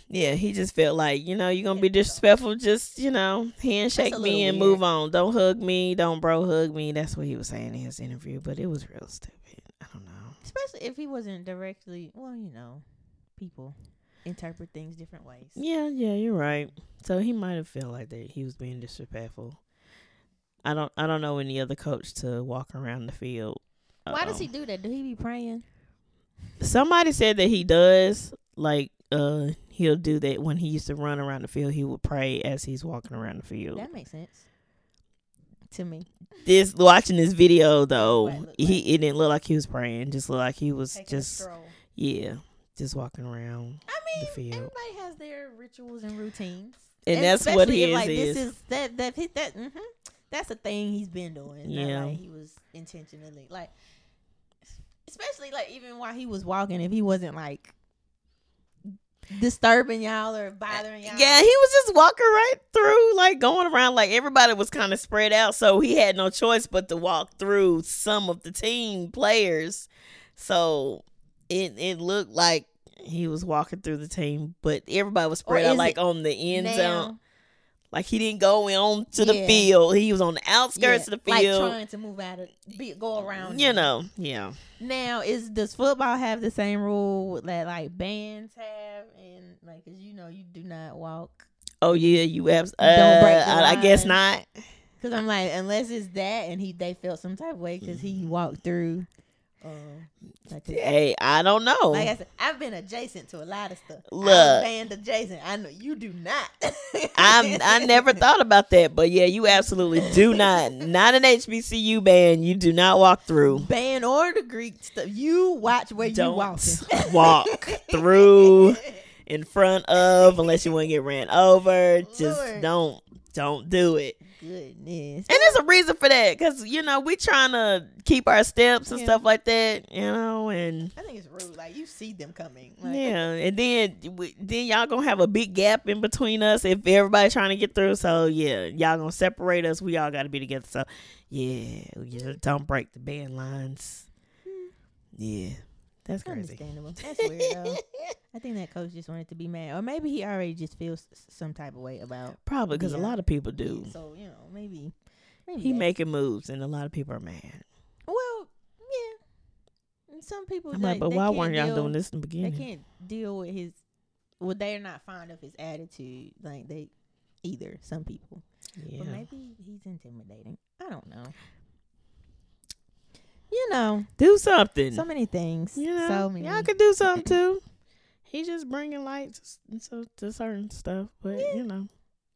[SPEAKER 2] yeah, he just felt like, you know, you're gonna be disrespectful, just, you know, handshake
[SPEAKER 1] That's a
[SPEAKER 2] me
[SPEAKER 1] little
[SPEAKER 2] and
[SPEAKER 1] weird.
[SPEAKER 2] move on. Don't hug me, don't bro hug me. That's what he was saying in his interview, but it was real stupid. I don't know.
[SPEAKER 1] Especially if he wasn't directly, well, you know, people interpret things different ways.
[SPEAKER 2] Yeah, yeah, you're right. So he might have felt like that he was being disrespectful. I don't I don't know any other coach to walk around the field.
[SPEAKER 1] Why does
[SPEAKER 2] um,
[SPEAKER 1] he do that? Do he be praying?
[SPEAKER 2] Somebody said that he does. Like, uh, he'll do that when he used to run around the field. He would pray as he's walking around the field.
[SPEAKER 1] That makes sense to me.
[SPEAKER 2] This watching this video though,
[SPEAKER 1] Right, look
[SPEAKER 2] he it didn't look like he was praying. Just looked like he was
[SPEAKER 1] Taking a
[SPEAKER 2] just
[SPEAKER 1] stroll.
[SPEAKER 2] yeah, just walking around.
[SPEAKER 1] I mean,
[SPEAKER 2] the field.
[SPEAKER 1] everybody has their rituals and routines,
[SPEAKER 2] And that's what
[SPEAKER 1] especially if,
[SPEAKER 2] his
[SPEAKER 1] like, This
[SPEAKER 2] is.
[SPEAKER 1] is that that he- that mhm. that's a thing he's been doing. It's
[SPEAKER 2] Yeah.
[SPEAKER 1] not like he was intentionally like, especially like even while he was walking, if he wasn't like disturbing y'all or bothering y'all.
[SPEAKER 2] Uh, Yeah, he was just walking right through, like going around, like everybody was kind of spread out, so he had no choice but to walk through some of the team players. So it it looked like he was walking through the team, but everybody was spread
[SPEAKER 1] Or
[SPEAKER 2] out,
[SPEAKER 1] is
[SPEAKER 2] like
[SPEAKER 1] it
[SPEAKER 2] on the end zone.
[SPEAKER 1] now,
[SPEAKER 2] Like he didn't go in on to the
[SPEAKER 1] Yeah.
[SPEAKER 2] field; he was on the outskirts
[SPEAKER 1] yeah,
[SPEAKER 2] of the field.
[SPEAKER 1] like trying to move out of, be, go around.
[SPEAKER 2] you
[SPEAKER 1] them.
[SPEAKER 2] know, yeah.
[SPEAKER 1] Now, is does football have the same rule that like bands have, and like, cause you know you do not walk
[SPEAKER 2] Oh yeah, you abs. Uh,
[SPEAKER 1] break the
[SPEAKER 2] I, I guess
[SPEAKER 1] line.
[SPEAKER 2] not.
[SPEAKER 1] Cause I'm like, unless it's that, and he they felt some type of way because he
[SPEAKER 2] Mm-hmm.
[SPEAKER 1] walked through.
[SPEAKER 2] Uh,
[SPEAKER 1] Um, like,
[SPEAKER 2] Hey, I don't know.
[SPEAKER 1] like I said, I've been adjacent to a lot of stuff. I was
[SPEAKER 2] Look.
[SPEAKER 1] band adjacent. I know you do not.
[SPEAKER 2] I I never thought about that, but yeah, you absolutely do not. Not an HBCU band. You do not walk through.
[SPEAKER 1] band or the Greek stuff. You watch where you walk.
[SPEAKER 2] Don't walk through in front of unless you want to get ran over. Just
[SPEAKER 1] Lord.
[SPEAKER 2] don't don't do it.
[SPEAKER 1] Goodness.
[SPEAKER 2] And there's a reason for that because you know we trying to keep our steps and
[SPEAKER 1] Yeah.
[SPEAKER 2] stuff like that. You know and.
[SPEAKER 1] I think it's rude. Like you see them coming. Like,
[SPEAKER 2] Yeah, and then we- then y'all gonna have a big gap in between us if everybody trying to get through. So yeah, y'all gonna separate us. We all gotta be together. So yeah, yeah don't break the band lines.
[SPEAKER 1] Hmm.
[SPEAKER 2] Yeah, that's crazy.
[SPEAKER 1] Understandable. That's weird though. I think that coach just wanted to be mad, or maybe he already just feels s- some type of way about.
[SPEAKER 2] Probably because a
[SPEAKER 1] Yeah.
[SPEAKER 2] lot of people do.
[SPEAKER 1] So you know, maybe, maybe
[SPEAKER 2] He
[SPEAKER 1] that-
[SPEAKER 2] making moves, and a lot of people are mad.
[SPEAKER 1] Well, yeah. And Some people.
[SPEAKER 2] I'm
[SPEAKER 1] they,
[SPEAKER 2] like, but
[SPEAKER 1] they
[SPEAKER 2] why
[SPEAKER 1] can't
[SPEAKER 2] weren't y'all
[SPEAKER 1] deal,
[SPEAKER 2] doing this in the
[SPEAKER 1] They
[SPEAKER 2] beginning?
[SPEAKER 1] can't deal with his. Well, they're not fond of his attitude. Like they, either. Some people.
[SPEAKER 2] Yeah.
[SPEAKER 1] But maybe he's intimidating. I don't know. You know,
[SPEAKER 2] do something.
[SPEAKER 1] so many things.
[SPEAKER 2] you know,
[SPEAKER 1] so many.
[SPEAKER 2] y'all could do something too. He just bringing light to, s- so- to certain stuff, but
[SPEAKER 1] Yeah.
[SPEAKER 2] you know,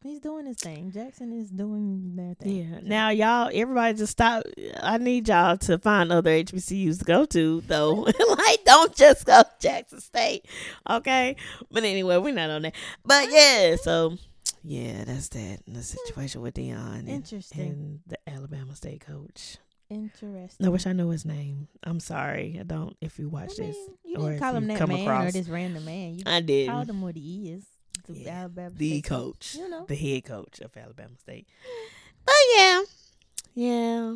[SPEAKER 1] he's doing his thing. Jackson is doing their thing.
[SPEAKER 2] yeah. Now y'all, everybody, just stop. I need y'all to find other HBCUs to go to, though. like, don't just go to Jackson State, okay? But anyway, we're not on that. But yeah, so yeah, that's that. The situation with Dion and,
[SPEAKER 1] Interesting.
[SPEAKER 2] and the Alabama State coach.
[SPEAKER 1] Interesting.
[SPEAKER 2] I wish I knew his name. I'm sorry, I don't. If you
[SPEAKER 1] I
[SPEAKER 2] watch this,
[SPEAKER 1] mean, you
[SPEAKER 2] or
[SPEAKER 1] didn't
[SPEAKER 2] if
[SPEAKER 1] call him
[SPEAKER 2] you
[SPEAKER 1] that
[SPEAKER 2] come
[SPEAKER 1] man or
[SPEAKER 2] across-
[SPEAKER 1] this random man. You
[SPEAKER 2] I did.
[SPEAKER 1] called him what he is. The
[SPEAKER 2] Yeah.
[SPEAKER 1] Alabama
[SPEAKER 2] the
[SPEAKER 1] State
[SPEAKER 2] coach,
[SPEAKER 1] You know.
[SPEAKER 2] the head coach of Alabama State. But yeah, yeah,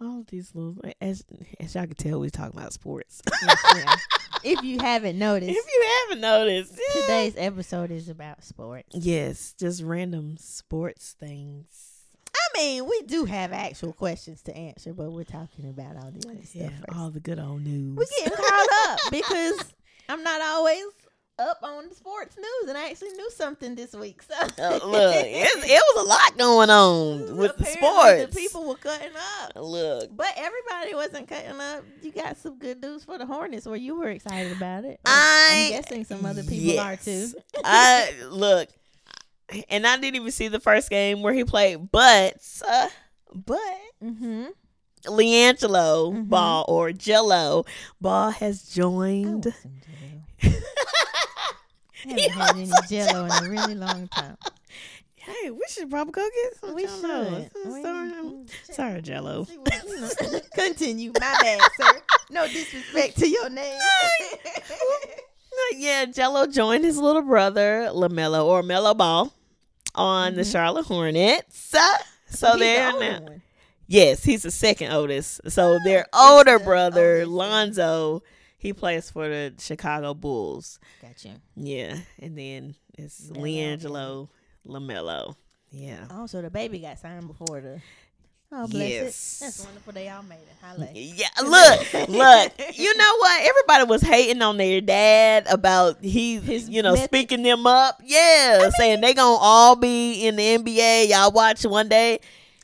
[SPEAKER 2] all these little as as y'all can tell, we talking about sports.
[SPEAKER 1] Yes, yeah. If you haven't noticed,
[SPEAKER 2] if you haven't noticed, yeah.
[SPEAKER 1] today's episode is about sports.
[SPEAKER 2] yes, just random sports things.
[SPEAKER 1] I mean, we do have actual questions to answer, but we're talking about all the other
[SPEAKER 2] Yeah,
[SPEAKER 1] stuff first.
[SPEAKER 2] all the good old news.
[SPEAKER 1] we getting caught up because I'm not always up on the sports news, and I actually knew something this week. So
[SPEAKER 2] Uh, look, it's, it was a lot going on with the
[SPEAKER 1] Apparently
[SPEAKER 2] sports.
[SPEAKER 1] the people were cutting up.
[SPEAKER 2] look,
[SPEAKER 1] But everybody wasn't cutting up. You got some good news for the Hornets, where you were excited about it.
[SPEAKER 2] I-
[SPEAKER 1] am guessing some other people are too.
[SPEAKER 2] Yes. I look, and I didn't even see the first game where he played, but uh, but
[SPEAKER 1] Mm-hmm.
[SPEAKER 2] Leangelo
[SPEAKER 1] Mhm.
[SPEAKER 2] Ball or Jello Ball has
[SPEAKER 1] I want
[SPEAKER 2] joined.
[SPEAKER 1] some Jell-O. I haven't had any
[SPEAKER 2] some
[SPEAKER 1] Jello in a really long time.
[SPEAKER 2] Hey, we should probably go get some
[SPEAKER 1] We
[SPEAKER 2] Jell-O.
[SPEAKER 1] should. We-
[SPEAKER 2] Sorry, I'm-
[SPEAKER 1] mm, check-
[SPEAKER 2] sorry, Jello.
[SPEAKER 1] see what- you know. Continue, my bad, sir. No disrespect to your name.
[SPEAKER 2] Uh, Yeah, Jello joined his little brother Lamelo or Mello Ball on the
[SPEAKER 1] Mhm.
[SPEAKER 2] Charlotte Hornets. Uh, So
[SPEAKER 1] He's the
[SPEAKER 2] they're
[SPEAKER 1] older
[SPEAKER 2] now.
[SPEAKER 1] one.
[SPEAKER 2] Yes, he's the second oldest. So their
[SPEAKER 1] Oh,
[SPEAKER 2] older
[SPEAKER 1] it's the
[SPEAKER 2] brother,
[SPEAKER 1] oldest.
[SPEAKER 2] Lonzo, he plays for the Chicago Bulls.
[SPEAKER 1] Gotcha.
[SPEAKER 2] Yeah. And then it's
[SPEAKER 1] Melo.
[SPEAKER 2] Leangelo LaMelo. Yeah.
[SPEAKER 1] Also, the baby got signed before the. Oh, bless it.
[SPEAKER 2] Yes.
[SPEAKER 1] That's wonderful. They all made it. Holla.
[SPEAKER 2] Yeah, look, look. You know what? Everybody was hating on their dad about he,
[SPEAKER 1] His
[SPEAKER 2] you know,
[SPEAKER 1] method.
[SPEAKER 2] speaking them up. Yeah, saying they gonna all be in the NBA. Y'all watch one day,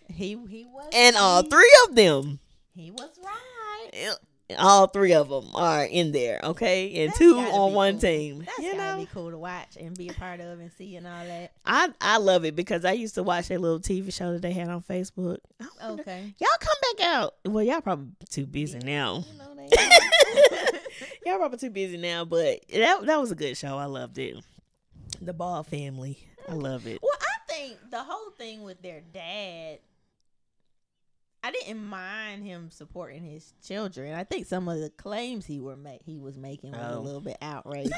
[SPEAKER 1] He he was
[SPEAKER 2] and all
[SPEAKER 1] he-
[SPEAKER 2] three of them,
[SPEAKER 1] He was right.
[SPEAKER 2] all three of them are in there. Okay, and
[SPEAKER 1] That's
[SPEAKER 2] two
[SPEAKER 1] gotta
[SPEAKER 2] on
[SPEAKER 1] be
[SPEAKER 2] one
[SPEAKER 1] cool.
[SPEAKER 2] team.
[SPEAKER 1] That's gotta
[SPEAKER 2] you know,
[SPEAKER 1] be cool to watch and be a part of and see and all that.
[SPEAKER 2] I I love it because I used to watch that little TV show that they had on Facebook. I wonder-
[SPEAKER 1] Okay.
[SPEAKER 2] Y'all come back out. Well, y'all probably too busy now.
[SPEAKER 1] You know they.
[SPEAKER 2] Y'all probably too busy now, but that that was a good show. I loved it. The Ball family. I
[SPEAKER 1] Mm.
[SPEAKER 2] love it.
[SPEAKER 1] well, I think the whole thing with their dad. I didn't mind him supporting his children. I think some of the claims he were ma- he was making was a
[SPEAKER 2] Oh.
[SPEAKER 1] little bit outrageous.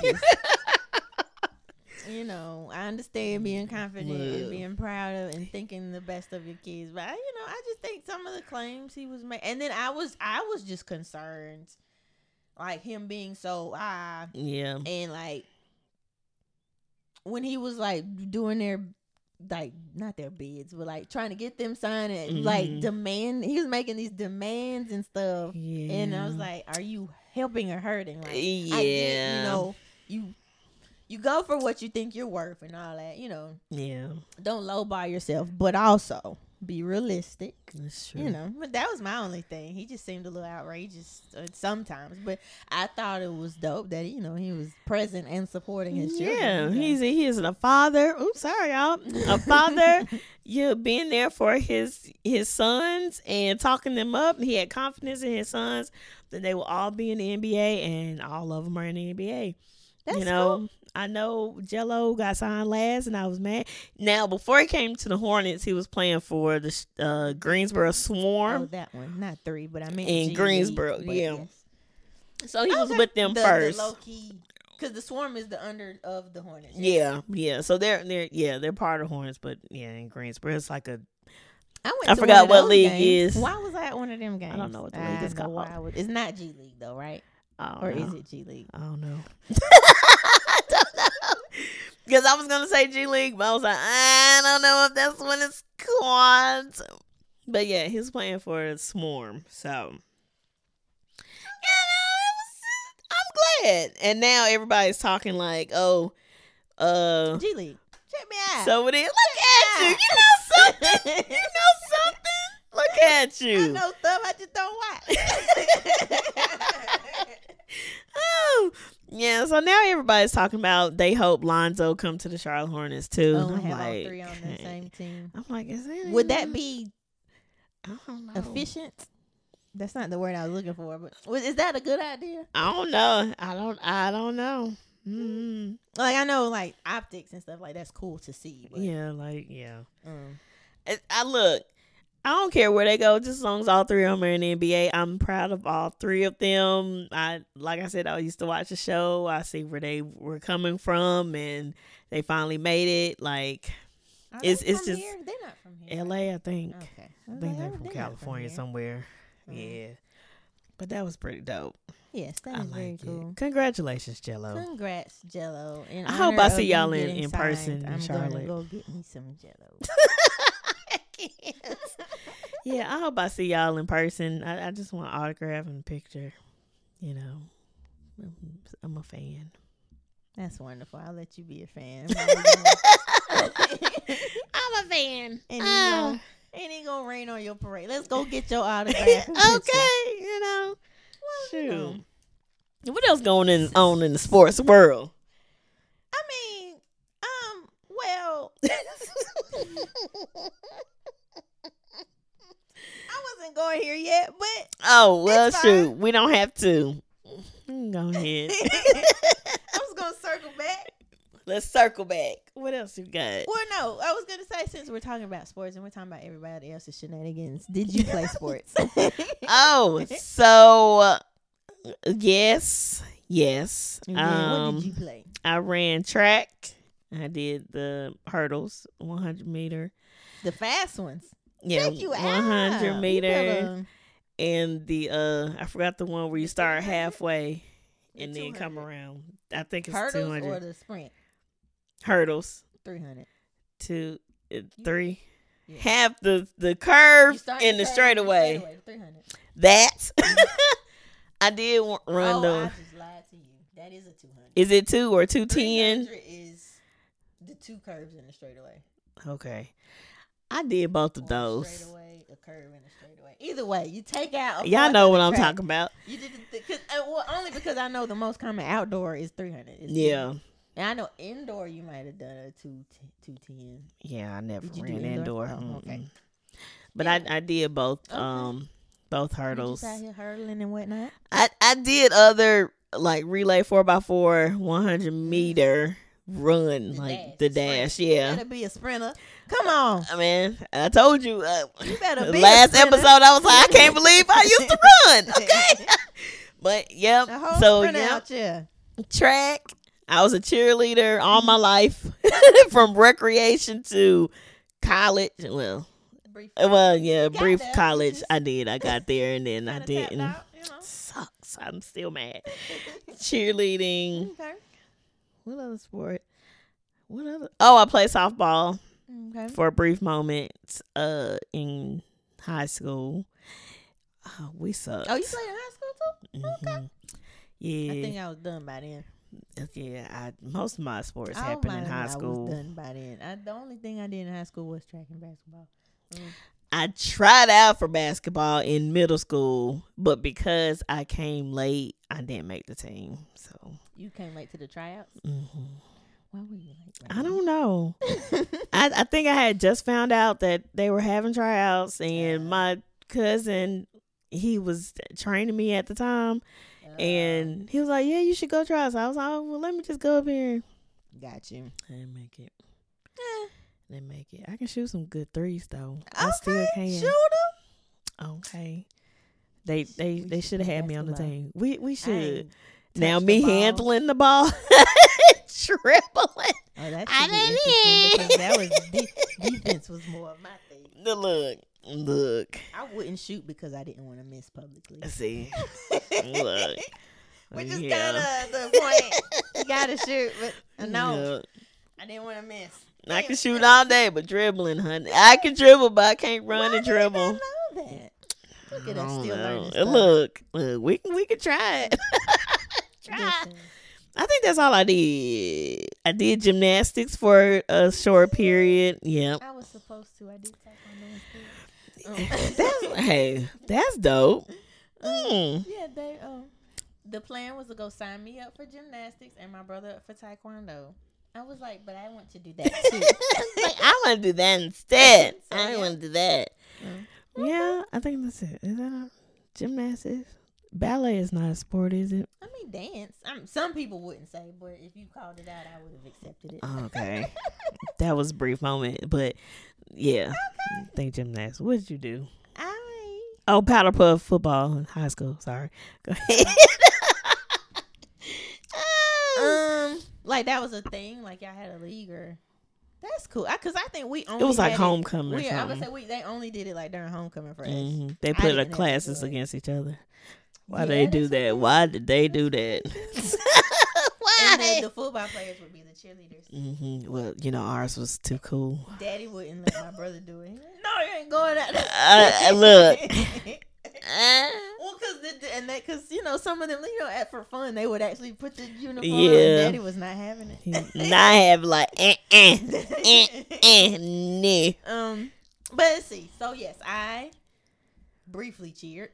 [SPEAKER 1] you know, I understand being confident
[SPEAKER 2] Mm, Well.
[SPEAKER 1] and being proud of and thinking the best of your kids, but I, you know, I just think some of the claims he was making, and then I was, I was just concerned, like him being so ah,
[SPEAKER 2] Yeah.
[SPEAKER 1] and like when he was like doing their like not their bids, but like trying to get them signed and like
[SPEAKER 2] Mhm.
[SPEAKER 1] demand, he was making these demands and stuff,
[SPEAKER 2] Yeah.
[SPEAKER 1] and I was like, are you helping or hurting? Like,
[SPEAKER 2] yeah.
[SPEAKER 1] I get, you know, you you go for what you think you're worth and all that. You know,
[SPEAKER 2] Yeah.
[SPEAKER 1] don't lowball yourself, but also be realistic.
[SPEAKER 2] That's true.
[SPEAKER 1] You know, but that was my only thing. He just seemed a little outrageous uh, sometimes, but I thought it was dope that you know he was present and supporting his
[SPEAKER 2] Yeah,
[SPEAKER 1] children. you know.
[SPEAKER 2] he's a, he is a father. Oops, sorry y'all. A father, you being there for his his sons and talking them up. He had confidence in his sons that they will all be in the NBA, and all of them are in the NBA.
[SPEAKER 1] That's
[SPEAKER 2] you know,
[SPEAKER 1] cool.
[SPEAKER 2] I know Jello got signed last, and I was mad. Now, before he came to the Hornets, he was playing for the uh, Greensboro
[SPEAKER 1] Oh,
[SPEAKER 2] Swarm,
[SPEAKER 1] that one, not three, but I E, mean
[SPEAKER 2] In Greensboro, yeah.
[SPEAKER 1] Oh,
[SPEAKER 2] so he was with them
[SPEAKER 1] the,
[SPEAKER 2] first.
[SPEAKER 1] The low key, because the swarm is the under of the Hornets.
[SPEAKER 2] yeah, yeah. So they're they're yeah they're part of Hornets, but yeah, in Greensboro, it's like a
[SPEAKER 1] I, went
[SPEAKER 2] I
[SPEAKER 1] to
[SPEAKER 2] forgot
[SPEAKER 1] one of
[SPEAKER 2] what
[SPEAKER 1] those
[SPEAKER 2] league
[SPEAKER 1] games.
[SPEAKER 2] is.
[SPEAKER 1] Why was I at one of them games?
[SPEAKER 2] don't know what the league is
[SPEAKER 1] know
[SPEAKER 2] called. Oh,
[SPEAKER 1] why I would- it's not G League though, right?
[SPEAKER 2] I don't
[SPEAKER 1] Or
[SPEAKER 2] know.
[SPEAKER 1] is it G League?
[SPEAKER 2] I don't know. I don't know. Because I was going to say G League, but I was like, I don't know if that's what it's called. But yeah, he was playing for Swarm. So, uh, you know, it was, I'm glad. And now everybody's talking like, oh, uh,
[SPEAKER 1] G League. Check me out.
[SPEAKER 2] so it is. Look at you. You know, something? Look at
[SPEAKER 1] I
[SPEAKER 2] you.
[SPEAKER 1] know stuff I just don't watch.
[SPEAKER 2] Oh, yeah. So now everybody's talking about they hope Lonzo come to the Charlotte Hornets too.
[SPEAKER 1] Oh,
[SPEAKER 2] And I'm
[SPEAKER 1] have
[SPEAKER 2] like,
[SPEAKER 1] all three on the
[SPEAKER 2] okay.
[SPEAKER 1] same team. Mm.
[SPEAKER 2] I'm like, is that
[SPEAKER 1] Would that
[SPEAKER 2] even-
[SPEAKER 1] be
[SPEAKER 2] I don't
[SPEAKER 1] Oh.
[SPEAKER 2] know.
[SPEAKER 1] efficient? That's not the word I was looking for, but was- is that a good idea?
[SPEAKER 2] I don't know. I don't. I don't know. Mm,
[SPEAKER 1] Like I know, like optics and stuff, like that's cool to see. But,
[SPEAKER 2] yeah, like yeah.
[SPEAKER 1] um,
[SPEAKER 2] I, I look. I don't care where they go, just as long as all three of them are in the NBA. I'm proud of all three of them. I like I said, I used to watch the show. I see where they were coming from, and they finally made it. Like
[SPEAKER 1] are
[SPEAKER 2] It's-
[SPEAKER 1] they
[SPEAKER 2] it's
[SPEAKER 1] from
[SPEAKER 2] just
[SPEAKER 1] here? they're not from here.
[SPEAKER 2] L.A., I think.
[SPEAKER 1] Okay,
[SPEAKER 2] I think they're from
[SPEAKER 1] not
[SPEAKER 2] California
[SPEAKER 1] here.
[SPEAKER 2] somewhere.
[SPEAKER 1] Mm.
[SPEAKER 2] Yeah. But that was pretty dope.
[SPEAKER 1] Yes, that
[SPEAKER 2] I
[SPEAKER 1] is very
[SPEAKER 2] like
[SPEAKER 1] cool.
[SPEAKER 2] it. Congratulations, Jello.
[SPEAKER 1] Congrats, Jello! In
[SPEAKER 2] I hope
[SPEAKER 1] honor
[SPEAKER 2] I
[SPEAKER 1] of
[SPEAKER 2] see
[SPEAKER 1] you
[SPEAKER 2] y'all in-
[SPEAKER 1] getting
[SPEAKER 2] in
[SPEAKER 1] signed,
[SPEAKER 2] person in
[SPEAKER 1] I'm
[SPEAKER 2] Charlotte.
[SPEAKER 1] gonna go get me some Jello.
[SPEAKER 2] yeah, I hope I see y'all in person. I, I just want autograph and picture. You know, I'm- I'm a fan.
[SPEAKER 1] That's wonderful. I'll let you be a fan. I'm
[SPEAKER 2] I'm a fan.
[SPEAKER 1] And
[SPEAKER 2] Ah.
[SPEAKER 1] it ain't gonna rain on your parade. Let's go get your autograph.
[SPEAKER 2] okay, you know. Shoot. What else going in, on in the sports world?
[SPEAKER 1] I mean, um, well, I wasn't going here yet, but
[SPEAKER 2] Oh well,
[SPEAKER 1] It's fine.
[SPEAKER 2] shoot. We don't have to. Go ahead.
[SPEAKER 1] I was gonna circle back.
[SPEAKER 2] Let's circle back. What else you got?
[SPEAKER 1] Well, no, I was gonna say since we're talking about sports and we're talking about everybody else's shenanigans, did you play sports?
[SPEAKER 2] Oh, so uh, yes, yes.
[SPEAKER 1] And then
[SPEAKER 2] Um,
[SPEAKER 1] what did you play?
[SPEAKER 2] I ran track. I did the hurdles, 100 meter.
[SPEAKER 1] The fast ones.
[SPEAKER 2] Yeah,
[SPEAKER 1] Check you
[SPEAKER 2] 100
[SPEAKER 1] out. You
[SPEAKER 2] meter,
[SPEAKER 1] better-
[SPEAKER 2] and the uh, I forgot the one where you
[SPEAKER 1] The
[SPEAKER 2] start
[SPEAKER 1] 200?
[SPEAKER 2] halfway
[SPEAKER 1] The
[SPEAKER 2] and then come
[SPEAKER 1] 200.
[SPEAKER 2] around. I think it's
[SPEAKER 1] hurdles
[SPEAKER 2] 200
[SPEAKER 1] or the sprint?
[SPEAKER 2] hurdles
[SPEAKER 1] 300.
[SPEAKER 2] to uh, three.
[SPEAKER 1] Yeah.
[SPEAKER 2] Half the the
[SPEAKER 1] You
[SPEAKER 2] curve
[SPEAKER 1] start
[SPEAKER 2] and the
[SPEAKER 1] curve
[SPEAKER 2] straightaway.
[SPEAKER 1] 300.
[SPEAKER 2] That I did wa-
[SPEAKER 1] Mm-hmm.
[SPEAKER 2] run
[SPEAKER 1] oh,
[SPEAKER 2] the.
[SPEAKER 1] I just lied to you. That is a 200.
[SPEAKER 2] Is it two or two ten?
[SPEAKER 1] 300 is the two curves in the straightaway.
[SPEAKER 2] Okay, I did both of
[SPEAKER 1] One
[SPEAKER 2] those.
[SPEAKER 1] Straightaway, a curve and a straightaway. Either way, you take out. a
[SPEAKER 2] Y'all
[SPEAKER 1] part
[SPEAKER 2] know
[SPEAKER 1] of
[SPEAKER 2] what
[SPEAKER 1] the
[SPEAKER 2] I'm
[SPEAKER 1] track.
[SPEAKER 2] talking about.
[SPEAKER 1] You did the, cause, uh, well, only because I know the most common outdoor is 300. It's-
[SPEAKER 2] Yeah,
[SPEAKER 1] And I know indoor you might have done a two t- 210.
[SPEAKER 2] yeah. I never
[SPEAKER 1] Did you do
[SPEAKER 2] ran indoor.
[SPEAKER 1] indoor? Oh, okay.
[SPEAKER 2] mm-mm. But
[SPEAKER 1] Yeah.
[SPEAKER 2] I I did both
[SPEAKER 1] Okay.
[SPEAKER 2] um both
[SPEAKER 1] You
[SPEAKER 2] hurdles.
[SPEAKER 1] just out here hurling and whatnot.
[SPEAKER 2] I I did other like relay four by four, one hundred meter run
[SPEAKER 1] Mm-hmm. The dash,
[SPEAKER 2] like the
[SPEAKER 1] the sprint.
[SPEAKER 2] dash.
[SPEAKER 1] You
[SPEAKER 2] Yeah,
[SPEAKER 1] better be a sprinter. Come on.
[SPEAKER 2] I mean I told you. Uh,
[SPEAKER 1] You better be
[SPEAKER 2] last
[SPEAKER 1] a sprinter.
[SPEAKER 2] episode I was like I can't believe I used to run. Okay, but yep.
[SPEAKER 1] The whole
[SPEAKER 2] So
[SPEAKER 1] sprinter
[SPEAKER 2] yeah,
[SPEAKER 1] out here.
[SPEAKER 2] track. I was a cheerleader all my life, from recreation to college. Well,
[SPEAKER 1] Brief-
[SPEAKER 2] well, yeah,
[SPEAKER 1] got
[SPEAKER 2] brief
[SPEAKER 1] there, you
[SPEAKER 2] college.
[SPEAKER 1] just-
[SPEAKER 2] I did. I got there, and then I
[SPEAKER 1] kinda tapped
[SPEAKER 2] didn't.
[SPEAKER 1] out, you know.
[SPEAKER 2] Sucks. I'm still mad. Cheerleading.
[SPEAKER 1] Okay.
[SPEAKER 2] What other sport? What other? Oh, I played softball
[SPEAKER 1] Okay.
[SPEAKER 2] for a brief moment. Uh, in high school. Oh, we sucked.
[SPEAKER 1] Oh, you played in high school too?
[SPEAKER 2] Mhm. Yeah.
[SPEAKER 1] I think I was done by then.
[SPEAKER 2] Yeah, I most of my sports
[SPEAKER 1] All
[SPEAKER 2] happen
[SPEAKER 1] mine
[SPEAKER 2] in high
[SPEAKER 1] I was
[SPEAKER 2] school.
[SPEAKER 1] done by then. I, the only thing I did in high school was track and basketball.
[SPEAKER 2] I tried out for basketball in middle school, but because I came late, I didn't make the team. So
[SPEAKER 1] You came late to the tryouts.
[SPEAKER 2] mhm.
[SPEAKER 1] Why were you late?
[SPEAKER 2] I don't know. I, I think I had just found out that they were having tryouts, and my cousin, he was training me at the time, Uh. and he was like, "Yeah, you should go try." So I was like, oh, "Well, let me just go up here."
[SPEAKER 1] Uh, got you.
[SPEAKER 2] I didn't make it. Didn't make it. I can shoot some good threes though. I
[SPEAKER 1] okay,
[SPEAKER 2] still can.
[SPEAKER 1] shooter.
[SPEAKER 2] Okay. They they
[SPEAKER 1] We
[SPEAKER 2] they
[SPEAKER 1] should
[SPEAKER 2] should
[SPEAKER 1] do
[SPEAKER 2] have had me on the
[SPEAKER 1] basketball.
[SPEAKER 2] team. We we
[SPEAKER 1] I
[SPEAKER 2] should.
[SPEAKER 1] ain't
[SPEAKER 2] Now
[SPEAKER 1] touched the
[SPEAKER 2] me
[SPEAKER 1] ball.
[SPEAKER 2] handling the ball, dribbling.
[SPEAKER 1] Oh, that
[SPEAKER 2] I
[SPEAKER 1] should be interesting because that was de- defense was more of my thing.
[SPEAKER 2] The look, look.
[SPEAKER 1] I wouldn't shoot because I didn't want to miss publicly.
[SPEAKER 2] See, look.
[SPEAKER 1] Which is
[SPEAKER 2] Yeah.
[SPEAKER 1] kind of the point. You gotta shoot, but uh, no,
[SPEAKER 2] Look,
[SPEAKER 1] I didn't want to miss.
[SPEAKER 2] I can shoot all day, but dribbling, honey. I can dribble, but I can't run
[SPEAKER 1] Why
[SPEAKER 2] and
[SPEAKER 1] did I
[SPEAKER 2] dribble.
[SPEAKER 1] not know that. Look
[SPEAKER 2] I
[SPEAKER 1] at us
[SPEAKER 2] don't
[SPEAKER 1] still
[SPEAKER 2] know.
[SPEAKER 1] learning stuff.
[SPEAKER 2] Look, look, we can we can try it. try.
[SPEAKER 1] Listen,
[SPEAKER 2] I think that's all I did. I did gymnastics for a short period. Yep.
[SPEAKER 1] I was supposed to. I did taekwondo instead. Um,
[SPEAKER 2] that's hey, that's dope. Mm.
[SPEAKER 1] yeah, they um, the plan was to go sign me up for gymnastics and my brother up for taekwondo. I was like, but I want to do that too.
[SPEAKER 2] like I want to do that instead.
[SPEAKER 1] So,
[SPEAKER 2] I
[SPEAKER 1] yeah.
[SPEAKER 2] want to do that.
[SPEAKER 1] Mm.
[SPEAKER 2] Yeah, I think that's it. Is that a gymnastics? Ballet is not a sport, is it?
[SPEAKER 1] I mean, dance. I'm, some people wouldn't say, but if you called it out, I would have accepted it.
[SPEAKER 2] Okay, that was a brief moment, but yeah, I think gymnastics. What did you do?
[SPEAKER 1] I
[SPEAKER 2] Oh, powder puff football in high school. Sorry. Go ahead.
[SPEAKER 1] um like that was a thing. Like y'all had a league or that's cool. I, Cause I think we only
[SPEAKER 2] it was like
[SPEAKER 1] had
[SPEAKER 2] homecoming or
[SPEAKER 1] We, I would
[SPEAKER 2] something.
[SPEAKER 1] say we they only did it like during homecoming for us.
[SPEAKER 2] Mhm. They
[SPEAKER 1] I
[SPEAKER 2] put
[SPEAKER 1] didn't
[SPEAKER 2] the
[SPEAKER 1] have to
[SPEAKER 2] classes
[SPEAKER 1] do it.
[SPEAKER 2] against each other. Why
[SPEAKER 1] Yeah,
[SPEAKER 2] they do
[SPEAKER 1] that's
[SPEAKER 2] that?
[SPEAKER 1] okay.
[SPEAKER 2] Why did they do that?
[SPEAKER 1] And then
[SPEAKER 2] Why?
[SPEAKER 1] the football players would be the cheerleaders.
[SPEAKER 2] hmm Well, you know ours was too cool.
[SPEAKER 1] Daddy wouldn't let my brother do it. He like, No, you ain't going out.
[SPEAKER 2] Uh, uh, look.
[SPEAKER 1] Uh. Well, cause the, the- and that, cause you know some of them, you know, at for fun they would actually put the uniform. Yeah,
[SPEAKER 2] Yeah.
[SPEAKER 1] Daddy was not having
[SPEAKER 2] He-
[SPEAKER 1] it.
[SPEAKER 2] and I have like eh eh eh eh nah.
[SPEAKER 1] um, but let's see. So yes, I briefly cheered.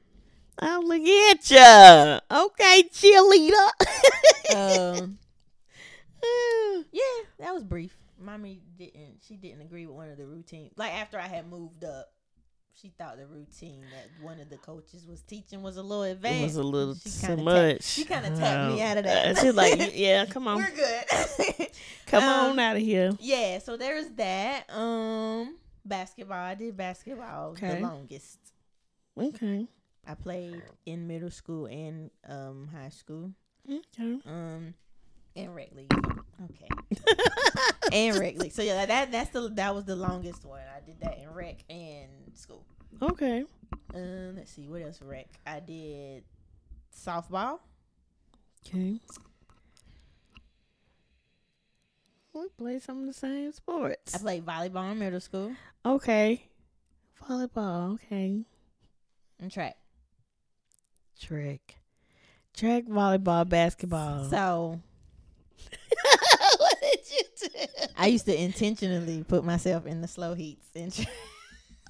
[SPEAKER 2] Oh look at ya. Okay, cheerleader.
[SPEAKER 1] Um, yeah, that was brief. Mommy didn't. She didn't agree with one of the routines. Like after I had moved up, she thought the routine that one of the coaches was teaching was a little
[SPEAKER 2] it was
[SPEAKER 1] advanced.
[SPEAKER 2] a little
[SPEAKER 1] She
[SPEAKER 2] too
[SPEAKER 1] kinda tap-
[SPEAKER 2] much. Oh.
[SPEAKER 1] she kinda tapped me out of that.
[SPEAKER 2] Uh, she's like, yeah, come on,
[SPEAKER 1] We're good.
[SPEAKER 2] come
[SPEAKER 1] um,
[SPEAKER 2] on out of here.
[SPEAKER 1] yeah. So there's that. Um, basketball. I did basketball
[SPEAKER 2] Okay.
[SPEAKER 1] the longest.
[SPEAKER 2] Okay.
[SPEAKER 1] I played in middle school and um high school.
[SPEAKER 2] Okay.
[SPEAKER 1] Um, and rec league. Okay. and rec league. So yeah, that that's the that was the longest one. I did that in rec and school.
[SPEAKER 2] okay.
[SPEAKER 1] Um, let's see what else rec. I did softball.
[SPEAKER 2] Okay. We play some of the same sports.
[SPEAKER 1] I played volleyball in middle school
[SPEAKER 2] Okay. Volleyball. Okay.
[SPEAKER 1] and track.
[SPEAKER 2] Trick. Track, volleyball, basketball.
[SPEAKER 1] So
[SPEAKER 2] what did you do?
[SPEAKER 1] I used to intentionally put myself in the slow heats and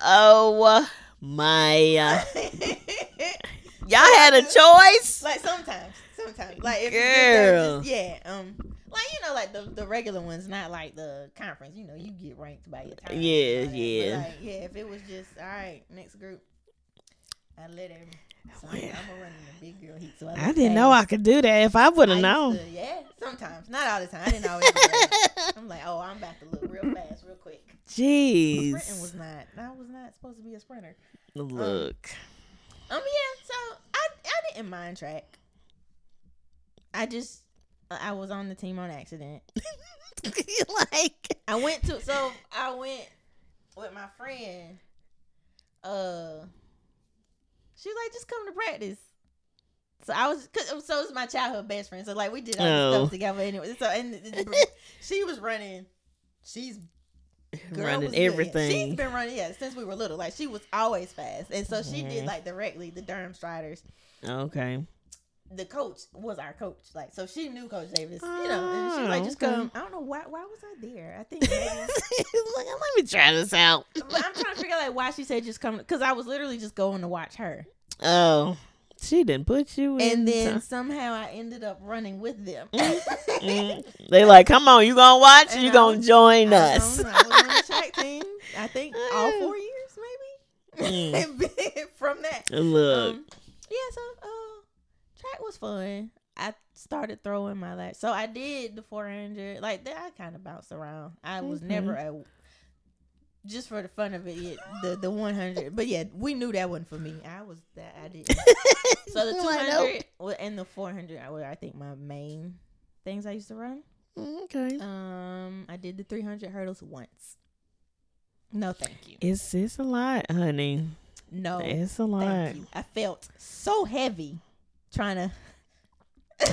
[SPEAKER 2] Oh my. uh,
[SPEAKER 1] track.
[SPEAKER 2] Y'all had a choice?
[SPEAKER 1] Like sometimes, sometimes, like if, if they're
[SPEAKER 2] Girl.
[SPEAKER 1] just, yeah, um, like you know, like the, the regular ones, not like the conference. You know, you get ranked by your time. and
[SPEAKER 2] Yeah,
[SPEAKER 1] all that, but,
[SPEAKER 2] yeah.
[SPEAKER 1] like, yeah. If it was just all right, next group, I let him. So I'm, I'm gonna run in the big girl heat. So I,
[SPEAKER 2] I
[SPEAKER 1] let
[SPEAKER 2] didn't
[SPEAKER 1] Taylor-
[SPEAKER 2] know I could do that if I would
[SPEAKER 1] I used
[SPEAKER 2] have known.
[SPEAKER 1] to- yeah, sometimes, not all the time. I didn't always. do that. I'm like, oh, I'm about to look real fast, real quick. Sprinting was
[SPEAKER 2] Jeez.
[SPEAKER 1] not. I was not supposed to be a sprinter.
[SPEAKER 2] Look.
[SPEAKER 1] Um, yeah. So I I didn't mind track. I just I I was on the team on accident.
[SPEAKER 2] like.
[SPEAKER 1] I went to so I went with my friend. Uh, she was like, just come to practice. So I was, cause, so it was my childhood best friend. So like we did all this
[SPEAKER 2] Oh.
[SPEAKER 1] stuff together anyway. So and the- the- she was running. She's girl was
[SPEAKER 2] running
[SPEAKER 1] good. She's
[SPEAKER 2] everything.
[SPEAKER 1] been running yeah since we were little. Like she was always fast, and so she did
[SPEAKER 2] Mhm.
[SPEAKER 1] like directly the Durham Striders.
[SPEAKER 2] Okay.
[SPEAKER 1] the coach was our coach. Like, so she knew Coach Davis, you know, and she was
[SPEAKER 2] Oh,
[SPEAKER 1] like, just
[SPEAKER 2] okay.
[SPEAKER 1] come. I don't know why. Why was I there? I think maybe.
[SPEAKER 2] Like, Let me try this out.
[SPEAKER 1] but I'm trying to figure out like why she said just come because I was literally just going to watch her,
[SPEAKER 2] Oh, she didn't put you in.
[SPEAKER 1] and then
[SPEAKER 2] time.
[SPEAKER 1] somehow I ended up running with them.
[SPEAKER 2] Mm. they like, come on, you gonna watch?
[SPEAKER 1] And
[SPEAKER 2] you
[SPEAKER 1] I
[SPEAKER 2] gonna
[SPEAKER 1] was-
[SPEAKER 2] join
[SPEAKER 1] I
[SPEAKER 2] us?
[SPEAKER 1] was on- I was on the track team. I think all four years,
[SPEAKER 2] Mm.
[SPEAKER 1] maybe. From that,
[SPEAKER 2] Look,
[SPEAKER 1] um, yeah. So, uh, track was fun. I started throwing my last. So I did the 400. Like that, I kind of bounced around. I was
[SPEAKER 2] Okay.
[SPEAKER 1] never a. Just for the fun of it, it the the 100. But yeah, we knew that wasn't for me. I was that I didn't. So the
[SPEAKER 2] You're like, nope.
[SPEAKER 1] 200 wa- and the 400 were I think my main things I used to run.
[SPEAKER 2] Okay.
[SPEAKER 1] Um, I did the 300 hurdles once. No, thank you.
[SPEAKER 2] It's it's a lot, honey.
[SPEAKER 1] No,
[SPEAKER 2] It's a lot.
[SPEAKER 1] oh, Thank you. I felt so heavy trying to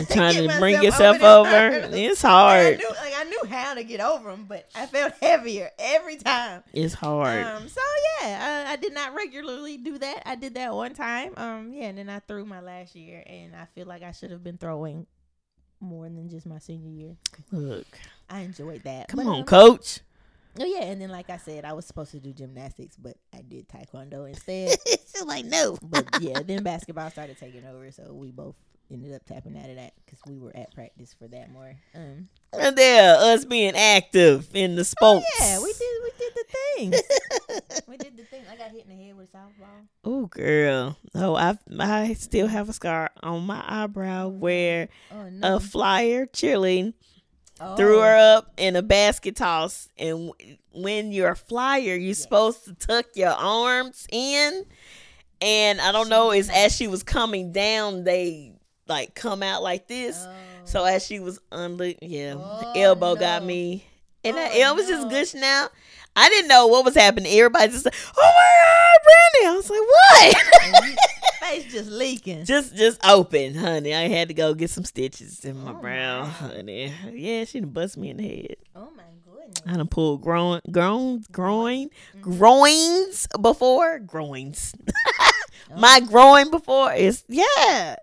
[SPEAKER 2] Trying
[SPEAKER 1] get
[SPEAKER 2] to bring
[SPEAKER 1] myself
[SPEAKER 2] yourself
[SPEAKER 1] over
[SPEAKER 2] over,
[SPEAKER 1] this hurdle.
[SPEAKER 2] it's
[SPEAKER 1] I
[SPEAKER 2] hard.
[SPEAKER 1] knew, like I knew how to get over them, but I felt heavier every time.
[SPEAKER 2] It's hard.
[SPEAKER 1] Um, so yeah, I, I did not regularly do that. I did that one time. Um, yeah, and then I threw my last year, and I feel like I should have been throwing more than just my senior year.
[SPEAKER 2] Look,
[SPEAKER 1] I enjoyed that.
[SPEAKER 2] come
[SPEAKER 1] But,
[SPEAKER 2] on,
[SPEAKER 1] um,
[SPEAKER 2] coach.
[SPEAKER 1] Oh yeah, and then like I said, I was supposed to do gymnastics, but I did taekwondo instead.
[SPEAKER 2] She's like, no.
[SPEAKER 1] but yeah, then basketball started taking over, so we both ended up tapping out of that because we were at practice for that more. Um,
[SPEAKER 2] And there, us being active in the sports.
[SPEAKER 1] Oh, yeah, we did we did the thing. we did the thing. I got hit in the head with a softball.
[SPEAKER 2] Oh, girl. Oh, I I still have a scar on my eyebrow where
[SPEAKER 1] Oh no!
[SPEAKER 2] a flyer cheerleading
[SPEAKER 1] oh,
[SPEAKER 2] Uh, threw her up in a basket toss. And w- when you're a flyer, you're supposed to tuck your arms in. And I don't know, it's as she was coming down, they like come out like this.
[SPEAKER 1] Oh.
[SPEAKER 2] So as she was unli yeah,
[SPEAKER 1] Oh,
[SPEAKER 2] elbow got
[SPEAKER 1] no.
[SPEAKER 2] me, and that
[SPEAKER 1] Oh,
[SPEAKER 2] elbow was
[SPEAKER 1] no.
[SPEAKER 2] just gushing out. I didn't know what was happening. Everybody just like, "Oh my god, Brandy!" I was like, "What?"
[SPEAKER 1] And you- face just leaking.
[SPEAKER 2] just just open, honey. I had to go get some stitches in my
[SPEAKER 1] Oh,
[SPEAKER 2] brow,
[SPEAKER 1] my.
[SPEAKER 2] honey. Yeah, she done bust me in the head.
[SPEAKER 1] oh my
[SPEAKER 2] I
[SPEAKER 1] goodness!
[SPEAKER 2] done pulled groin, groin, groin,
[SPEAKER 1] Mhm.
[SPEAKER 2] groins before groins.
[SPEAKER 1] Oh.
[SPEAKER 2] my groin before is yeah.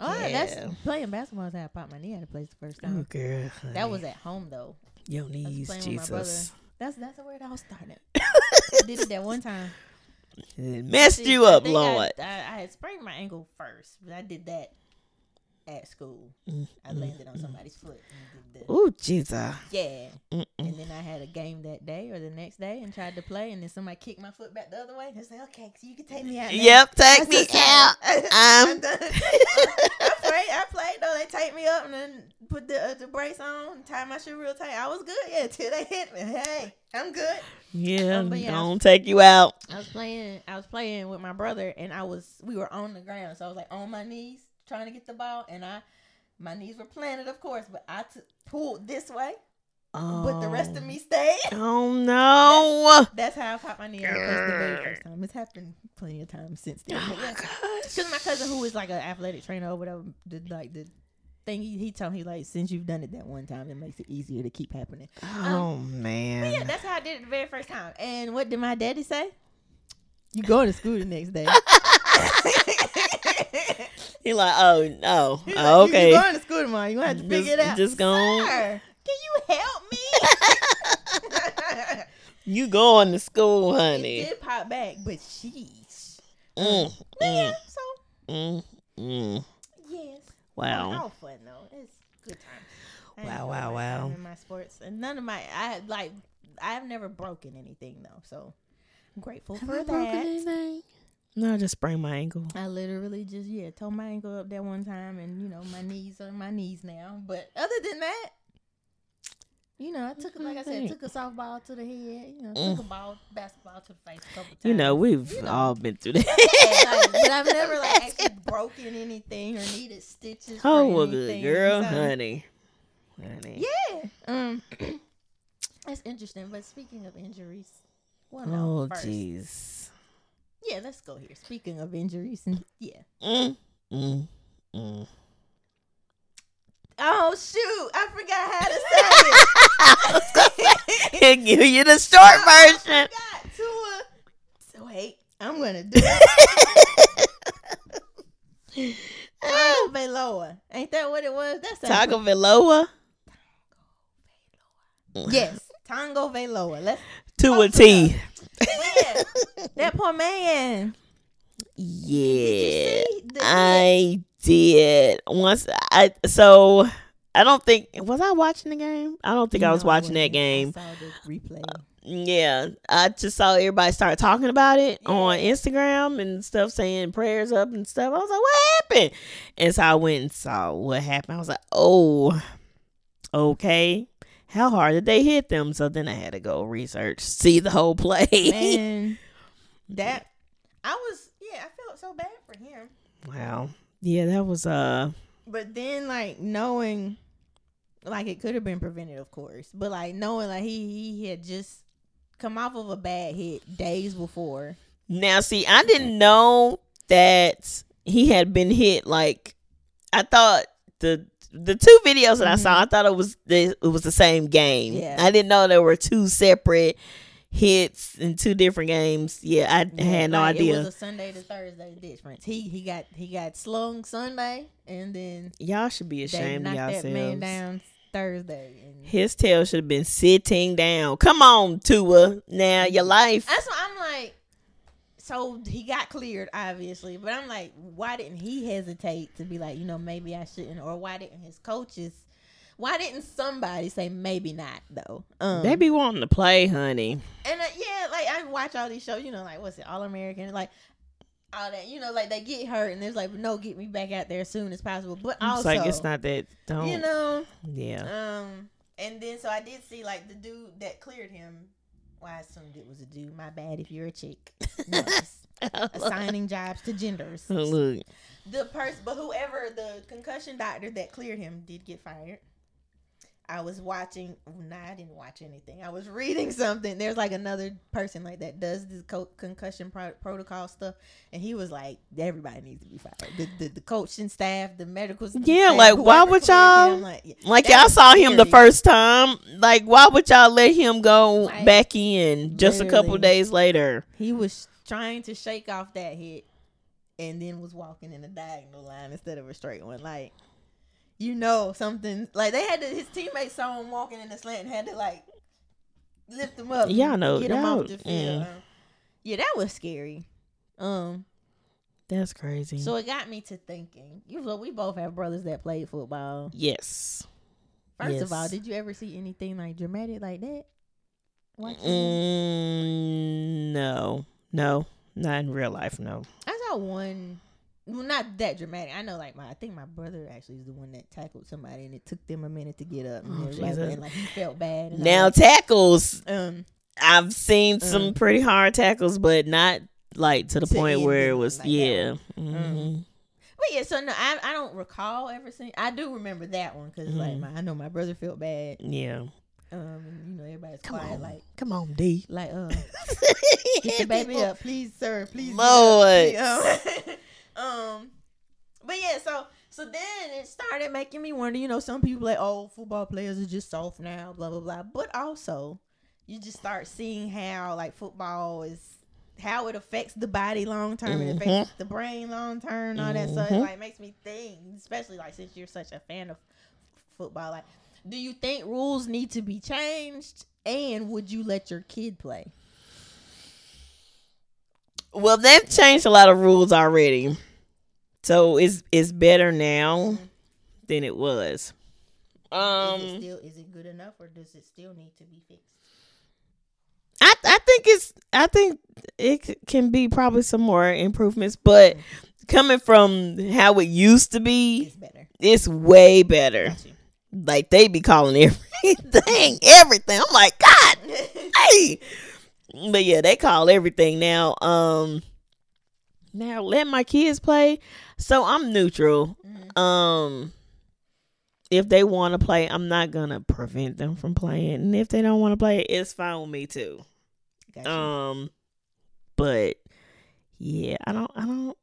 [SPEAKER 1] Oh,
[SPEAKER 2] Yeah.
[SPEAKER 1] that's playing basketball. Is how I popped my knee out of place the first time.
[SPEAKER 2] Oh girl,
[SPEAKER 1] That
[SPEAKER 2] honey.
[SPEAKER 1] was at home though.
[SPEAKER 2] your knees,
[SPEAKER 1] playing with my brother.
[SPEAKER 2] Jesus.
[SPEAKER 1] That's that's where it all started. I did it that one time.
[SPEAKER 2] It messed
[SPEAKER 1] See,
[SPEAKER 2] you
[SPEAKER 1] I
[SPEAKER 2] up,
[SPEAKER 1] think
[SPEAKER 2] Lord.
[SPEAKER 1] I, I, I had sprained my ankle first, but I did that at school.
[SPEAKER 2] Mm,
[SPEAKER 1] I landed on somebody's foot. And did the,
[SPEAKER 2] Ooh, Jesus.
[SPEAKER 1] yeah.
[SPEAKER 2] Mm-mm.
[SPEAKER 1] And then I had a game that day or the next day and tried to play, and then somebody kicked my foot back the other way. And they said, okay, so you can take me out. now."
[SPEAKER 2] Yep,
[SPEAKER 1] I
[SPEAKER 2] take me
[SPEAKER 1] said,
[SPEAKER 2] out.
[SPEAKER 1] I'm
[SPEAKER 2] I'm
[SPEAKER 1] done. I played, I played though. They taped me up and then put the, uh, the brace on, tie my shoe real tight. I was good, yeah, till they hit me. Hey, I'm good.
[SPEAKER 2] yeah,
[SPEAKER 1] but yeah.
[SPEAKER 2] don't take you out.
[SPEAKER 1] I was playing. I was playing with my brother, and I was we were on the ground, so I was like on my knees trying to get the ball, and I my knees were planted, of course, but I t- pulled this way, but the rest of
[SPEAKER 2] Oh.
[SPEAKER 1] me stayed.
[SPEAKER 2] Oh no!
[SPEAKER 1] That's how I popped my knee out of place the very first time. It's happened plenty of times since then.
[SPEAKER 2] Oh
[SPEAKER 1] But
[SPEAKER 2] my
[SPEAKER 1] yeah.
[SPEAKER 2] gosh!
[SPEAKER 1] Cause my cousin, who is like an athletic trainer or whatever, did like the thing he, he told me like since you've done it that one time, it makes it easier to keep happening.
[SPEAKER 2] Oh
[SPEAKER 1] But yeah,
[SPEAKER 2] man!
[SPEAKER 1] that's how I did it the very first time. And what did my daddy say? You going to school the next day.
[SPEAKER 2] He like, oh no,
[SPEAKER 1] He's like,
[SPEAKER 2] oh,
[SPEAKER 1] "You-
[SPEAKER 2] okay.
[SPEAKER 1] You going to school tomorrow? You gonna have to
[SPEAKER 2] Just-
[SPEAKER 1] figure it out.
[SPEAKER 2] just gone.
[SPEAKER 1] Sir, can you help me?
[SPEAKER 2] You going to school,
[SPEAKER 1] It
[SPEAKER 2] honey?
[SPEAKER 1] did pop back, but she.
[SPEAKER 2] Mm,
[SPEAKER 1] Yeah.
[SPEAKER 2] mm,
[SPEAKER 1] So
[SPEAKER 2] mm, mm.
[SPEAKER 1] yes.
[SPEAKER 2] Wow!
[SPEAKER 1] All fun though. It's good times. I
[SPEAKER 2] Wow,
[SPEAKER 1] enjoy
[SPEAKER 2] wow,
[SPEAKER 1] my time
[SPEAKER 2] wow.
[SPEAKER 1] In my sports and none of my I had, like I've never broken anything though, so I'm grateful for that.
[SPEAKER 2] No, I just sprained my ankle.
[SPEAKER 1] I literally just yeah tore my ankle up that one time, and you know my knees are my knees now. But other than that, you know I took like I said took a softball to the head, you know took a ball basketball to the face a couple times.
[SPEAKER 2] Mm. You know, we've
[SPEAKER 1] You know.
[SPEAKER 2] all been through
[SPEAKER 1] Yeah, like,
[SPEAKER 2] that.
[SPEAKER 1] but I've never like actually broken anything or needed stitches. for
[SPEAKER 2] Oh, well, good
[SPEAKER 1] anything,
[SPEAKER 2] girl,
[SPEAKER 1] so-
[SPEAKER 2] honey. Honey.
[SPEAKER 1] Yeah. Um, that's interesting. But speaking of injuries, well, no,
[SPEAKER 2] Oh,
[SPEAKER 1] first.
[SPEAKER 2] jeez.
[SPEAKER 1] Yeah, let's go here. Speaking of injuries, and yeah.
[SPEAKER 2] Mm, mm, mm.
[SPEAKER 1] Oh shoot! I forgot how to say it.
[SPEAKER 2] Give you the short version.
[SPEAKER 1] Got Tua. So wait, I'm gonna do it. Taco Veloa. Ain't that what it was? That's a-
[SPEAKER 2] Taco Veloa
[SPEAKER 1] Yes, Tango Veloa. Let's.
[SPEAKER 2] to a
[SPEAKER 1] Post it
[SPEAKER 2] T.
[SPEAKER 1] Yeah. that poor man.
[SPEAKER 2] Yeah,
[SPEAKER 1] See, the-
[SPEAKER 2] I did once. I so I don't think was I watching the game. I don't think I
[SPEAKER 1] No,
[SPEAKER 2] was watching that
[SPEAKER 1] wasn't. I
[SPEAKER 2] game.
[SPEAKER 1] saw the replay.
[SPEAKER 2] Yeah, I just saw everybody start talking about it
[SPEAKER 1] Yeah.
[SPEAKER 2] on Instagram and stuff, saying prayers up and stuff. I was like, "What happened?" And so I went and saw what happened. I was like, "Oh, okay." How hard did they hit them? So then I had to go research, see the whole play.
[SPEAKER 1] Man, that I was yeah, I felt so bad for him.
[SPEAKER 2] Wow. Yeah, that was uh.
[SPEAKER 1] But then like knowing like it could have been prevented, of course. But like knowing like he he had just come off of a bad hit days before.
[SPEAKER 2] Now, see, I didn't know that he had been hit. Like, I thought the the two videos that I saw, I thought it was the, it was the same game.
[SPEAKER 1] Mm-hmm. Yeah.
[SPEAKER 2] I didn't know there were two separate hits in two different games. Yeah, I
[SPEAKER 1] Yeah,
[SPEAKER 2] had no
[SPEAKER 1] like,
[SPEAKER 2] idea.
[SPEAKER 1] It was a Sunday to Thursday difference. He he got he got slung Sunday, and then
[SPEAKER 2] y'all should be
[SPEAKER 1] they
[SPEAKER 2] ashamed of
[SPEAKER 1] knocked that man
[SPEAKER 2] yourselves.
[SPEAKER 1] down Thursday. And
[SPEAKER 2] His tail should have been sitting down. Come on, Tua. Now your life.
[SPEAKER 1] that's why I'm like. So he got cleared, obviously, but I'm like, why didn't he hesitate to be like, you know, maybe I shouldn't, or why didn't his coaches, why didn't somebody say maybe not though? Um,
[SPEAKER 2] They be wanting to play, honey.
[SPEAKER 1] And uh, yeah, like I watch all these shows, you know, like what's it, All American, like all that, you know, like they get hurt and there's like, no, get me back out there as soon as possible. But also,
[SPEAKER 2] it's like it's not that. Don't.
[SPEAKER 1] you know,
[SPEAKER 2] yeah.
[SPEAKER 1] um, and then so I did see like the dude that cleared him. Well, I assumed it was a dude. My bad if you're a chick. Assigning jobs to genders.
[SPEAKER 2] Look,
[SPEAKER 1] The person, but whoever the concussion doctor that cleared him did get fired. I was watching. Nah, I didn't watch anything. I was reading something. There's like another person like that does this co- concussion pro- protocol stuff, and he was like, "Everybody needs to be fired. The the, the coaching staff, the medical s-
[SPEAKER 2] Yeah,
[SPEAKER 1] staff,
[SPEAKER 2] like, why
[SPEAKER 1] whoever
[SPEAKER 2] would
[SPEAKER 1] cleared
[SPEAKER 2] y'all-
[SPEAKER 1] him, Like, yeah.
[SPEAKER 2] like
[SPEAKER 1] That
[SPEAKER 2] y'all
[SPEAKER 1] was
[SPEAKER 2] saw him the
[SPEAKER 1] scary.
[SPEAKER 2] first time. Like, why would y'all let him go
[SPEAKER 1] Like,
[SPEAKER 2] back in just a couple
[SPEAKER 1] literally.
[SPEAKER 2] days later?
[SPEAKER 1] He was trying to shake off that hit, and then was walking in a diagonal line instead of a straight one. Like, you know something. Like they had to, his teammates saw him walking in the slant and had to like lift him up.
[SPEAKER 2] Y'all
[SPEAKER 1] and
[SPEAKER 2] know-
[SPEAKER 1] get him
[SPEAKER 2] y'all-
[SPEAKER 1] off the field.
[SPEAKER 2] mm.
[SPEAKER 1] Um, Yeah, that was scary. Um,
[SPEAKER 2] That's crazy.
[SPEAKER 1] so it got me to thinking. You know, we both have brothers that played football.
[SPEAKER 2] yes.
[SPEAKER 1] First
[SPEAKER 2] Yes.
[SPEAKER 1] of all, did you ever see anything like dramatic like that? Watching them?
[SPEAKER 2] Mm, no, no, not in real life. No.
[SPEAKER 1] I saw one. Well, not that dramatic. I know, like my, I think my brother actually is the one that tackled somebody, and it took them a minute to get up. And,
[SPEAKER 2] Oh,
[SPEAKER 1] everybody was-
[SPEAKER 2] Jesus.
[SPEAKER 1] and, like he felt bad. And
[SPEAKER 2] Now
[SPEAKER 1] all
[SPEAKER 2] tackles.
[SPEAKER 1] that. um,
[SPEAKER 2] I've seen some
[SPEAKER 1] Mm.
[SPEAKER 2] pretty hard tackles, but not like to the
[SPEAKER 1] To
[SPEAKER 2] point
[SPEAKER 1] end
[SPEAKER 2] where
[SPEAKER 1] it
[SPEAKER 2] it was.
[SPEAKER 1] like that
[SPEAKER 2] yeah.
[SPEAKER 1] Mm.
[SPEAKER 2] Mhm.
[SPEAKER 1] but yeah, so no, I, I don't recall ever seeing. I do remember that one because like
[SPEAKER 2] Mhm.
[SPEAKER 1] my, I know my brother felt bad.
[SPEAKER 2] Yeah.
[SPEAKER 1] Um, and, you know everybody's
[SPEAKER 2] Come
[SPEAKER 1] quiet,
[SPEAKER 2] on.
[SPEAKER 1] like
[SPEAKER 2] Come on, D.
[SPEAKER 1] like um, get the baby up, please, sir, please. get
[SPEAKER 2] Lord.
[SPEAKER 1] up, please, um, um, but yeah, so so then it started making me wonder. You know, some people like, oh, football players are just soft now, blah blah blah. But also, you just start seeing how like football is how it affects the body long term and it affects the brain long term and all that. So
[SPEAKER 2] Mhm.
[SPEAKER 1] it like makes me think, especially like since you're such a fan of football, like. Do you think rules need to be changed? And would you let your kid play?
[SPEAKER 2] Well, they've changed a lot of rules already, so it's it's better now than it
[SPEAKER 1] is
[SPEAKER 2] was.
[SPEAKER 1] it
[SPEAKER 2] Um,
[SPEAKER 1] still is it good enough or does it still need to be fixed?
[SPEAKER 2] I I think it's I think it c- can be probably some more improvements, but coming from how it used to be,
[SPEAKER 1] It's better.
[SPEAKER 2] it's way better.
[SPEAKER 1] Got you.
[SPEAKER 2] Like they be calling everything, everything. I'm like, God hey. But yeah, they call everything now. Um now let my kids play. So I'm neutral.
[SPEAKER 1] Mhm.
[SPEAKER 2] Um if they want to play, I'm not going to prevent them from playing. And if they don't want to play, it's fine with me too.
[SPEAKER 1] Got you.
[SPEAKER 2] Um but yeah, I don't I don't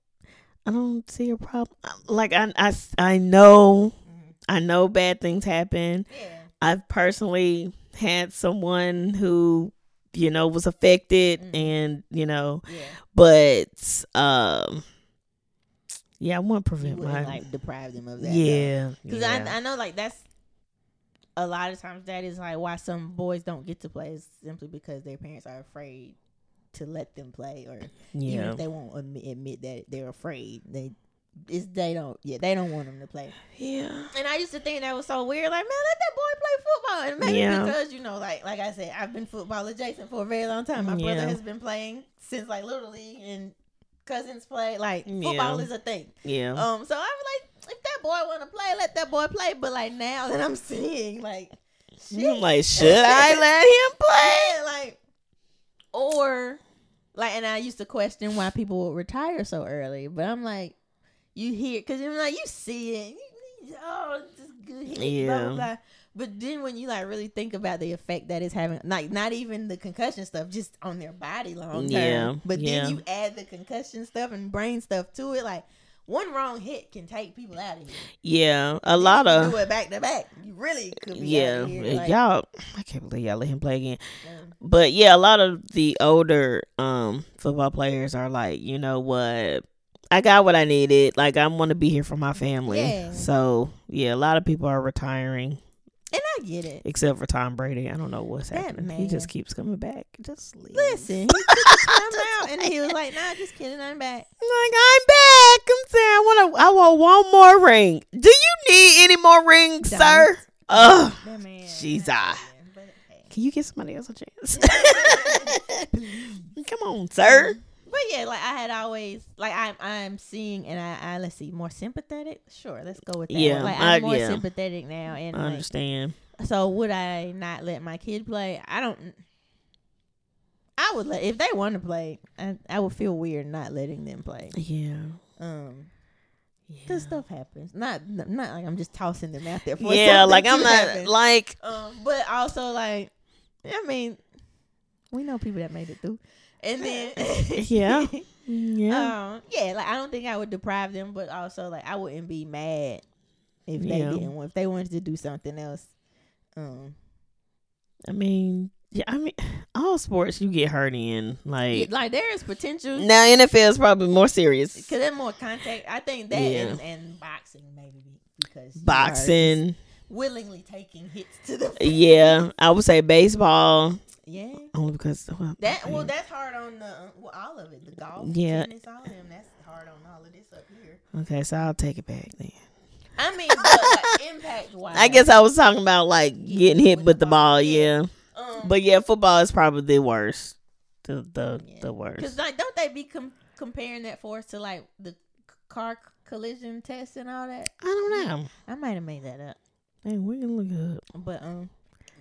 [SPEAKER 2] I don't see a problem. Like I I I know
[SPEAKER 1] Mhm.
[SPEAKER 2] I know bad things happen.
[SPEAKER 1] Yeah.
[SPEAKER 2] I've personally had someone who, you know, was affected
[SPEAKER 1] Mm.
[SPEAKER 2] and, you know,
[SPEAKER 1] Yeah.
[SPEAKER 2] but um yeah, I want to
[SPEAKER 1] You
[SPEAKER 2] prevent my
[SPEAKER 1] wouldn't like deprive them of that.
[SPEAKER 2] Yeah.
[SPEAKER 1] Because
[SPEAKER 2] yeah.
[SPEAKER 1] I I know like that's a lot of times that is like why some boys don't get to play is simply because their parents are afraid to let them play or even
[SPEAKER 2] yeah.
[SPEAKER 1] if they won't admit, admit that they're afraid they it's they don't yeah they don't want them to play
[SPEAKER 2] yeah.
[SPEAKER 1] And I used to think that was so weird. Like, man, let that boy play football. And maybe
[SPEAKER 2] Yeah.
[SPEAKER 1] because, you know, like like I said, I've been football adjacent for a very long time. My
[SPEAKER 2] Yeah.
[SPEAKER 1] brother has been playing since like Little League and cousins play. Like football
[SPEAKER 2] Yeah.
[SPEAKER 1] is a thing.
[SPEAKER 2] Yeah.
[SPEAKER 1] Um, so I was like, if that boy wanna play, let that boy play. But like now that I'm seeing like shit.
[SPEAKER 2] I'm like, should I let him play?
[SPEAKER 1] Yeah, like or like and I used to question why people would retire so early, but I'm like, you hear because you're like you see it, you, oh, it's just good hit, blah,
[SPEAKER 2] Yeah.
[SPEAKER 1] blah blah. But then when you like really think about the effect that it's having, like not even the concussion stuff, just on their body long term.
[SPEAKER 2] Yeah,
[SPEAKER 1] But
[SPEAKER 2] yeah.
[SPEAKER 1] then you add the concussion stuff and brain stuff to it, like. One wrong hit can take people out of here.
[SPEAKER 2] Yeah. A lot
[SPEAKER 1] If you
[SPEAKER 2] of
[SPEAKER 1] do it back to back. You really could be
[SPEAKER 2] yeah, eh,
[SPEAKER 1] out of here. Like,
[SPEAKER 2] y'all. I can't believe y'all let him play again.
[SPEAKER 1] um,
[SPEAKER 2] But yeah, a lot of the older um football players are like, you know what? I got what I needed. Like I'm gonna be here for my family.
[SPEAKER 1] Yeah.
[SPEAKER 2] So yeah, a lot of people are retiring,
[SPEAKER 1] And I get it.
[SPEAKER 2] except for Tom Brady. I don't know what's
[SPEAKER 1] That
[SPEAKER 2] happening. He just
[SPEAKER 1] man.
[SPEAKER 2] keeps coming back. Just leave.
[SPEAKER 1] Listen, he took his time
[SPEAKER 2] Just
[SPEAKER 1] out and he was like,
[SPEAKER 2] playing.
[SPEAKER 1] "Nah, just kidding, I'm back."
[SPEAKER 2] Like I'm back. I'm saying I want to. I want one more ring. Do you need any more rings,
[SPEAKER 1] Don't.
[SPEAKER 2] sir? Ugh.
[SPEAKER 1] That man,
[SPEAKER 2] Jesus.
[SPEAKER 1] not that man, but
[SPEAKER 2] Can you give somebody else a chance?
[SPEAKER 1] hey. Please.
[SPEAKER 2] Come on, sir.
[SPEAKER 1] But yeah, like I had always like I'm I'm seeing and I, I let's see more sympathetic. Sure, let's go with that.
[SPEAKER 2] Yeah,
[SPEAKER 1] one. like
[SPEAKER 2] I-
[SPEAKER 1] I'm more
[SPEAKER 2] yeah.
[SPEAKER 1] sympathetic now, and
[SPEAKER 2] I
[SPEAKER 1] like,
[SPEAKER 2] understand.
[SPEAKER 1] so would I not let my kid play? I don't. I would let if they want to play. I I would feel weird not letting them play.
[SPEAKER 2] Yeah.
[SPEAKER 1] Um,
[SPEAKER 2] Yeah.
[SPEAKER 1] cause stuff happens. Not not like I'm just tossing them out there. For
[SPEAKER 2] Yeah,
[SPEAKER 1] something
[SPEAKER 2] like I'm
[SPEAKER 1] to
[SPEAKER 2] not
[SPEAKER 1] happen.
[SPEAKER 2] like
[SPEAKER 1] Um, but also like, I mean, we know people that made it through, and then
[SPEAKER 2] Yeah. yeah.
[SPEAKER 1] um, yeah, like I don't think I would deprive them, but also like I wouldn't be mad if they
[SPEAKER 2] Yeah.
[SPEAKER 1] didn't want if they wanted to do something else. Um,
[SPEAKER 2] I mean, yeah. I mean, all sports you get hurt in. Like
[SPEAKER 1] it- like there is potential
[SPEAKER 2] now, NFL is probably more serious.
[SPEAKER 1] because there's more contact. I think that
[SPEAKER 2] Yeah.
[SPEAKER 1] and, and boxing maybe because you are
[SPEAKER 2] Boxing.
[SPEAKER 1] just willingly taking hits to the
[SPEAKER 2] Yeah, I would say baseball
[SPEAKER 1] yeah.
[SPEAKER 2] only because well,
[SPEAKER 1] That
[SPEAKER 2] I
[SPEAKER 1] well,
[SPEAKER 2] mean,
[SPEAKER 1] that's hard on the uh, well, all of it. The golf,
[SPEAKER 2] Yeah.
[SPEAKER 1] yeah, tennis, all of them. That's hard on all of this up here.
[SPEAKER 2] okay. So I'll take it back then.
[SPEAKER 1] I mean, but like, impact wise,
[SPEAKER 2] I guess I was talking about like getting hit
[SPEAKER 1] with
[SPEAKER 2] with the
[SPEAKER 1] the
[SPEAKER 2] ball,
[SPEAKER 1] ball,
[SPEAKER 2] yeah.
[SPEAKER 1] um,
[SPEAKER 2] But yeah, football is probably the worst. The the
[SPEAKER 1] Yeah.
[SPEAKER 2] the
[SPEAKER 1] Because
[SPEAKER 2] worst.
[SPEAKER 1] like, don't they be com- comparing that force to like the c- car c- collision test and all that?
[SPEAKER 2] I don't know.
[SPEAKER 1] I might have made that up,
[SPEAKER 2] Hey, we can look it up.
[SPEAKER 1] but um,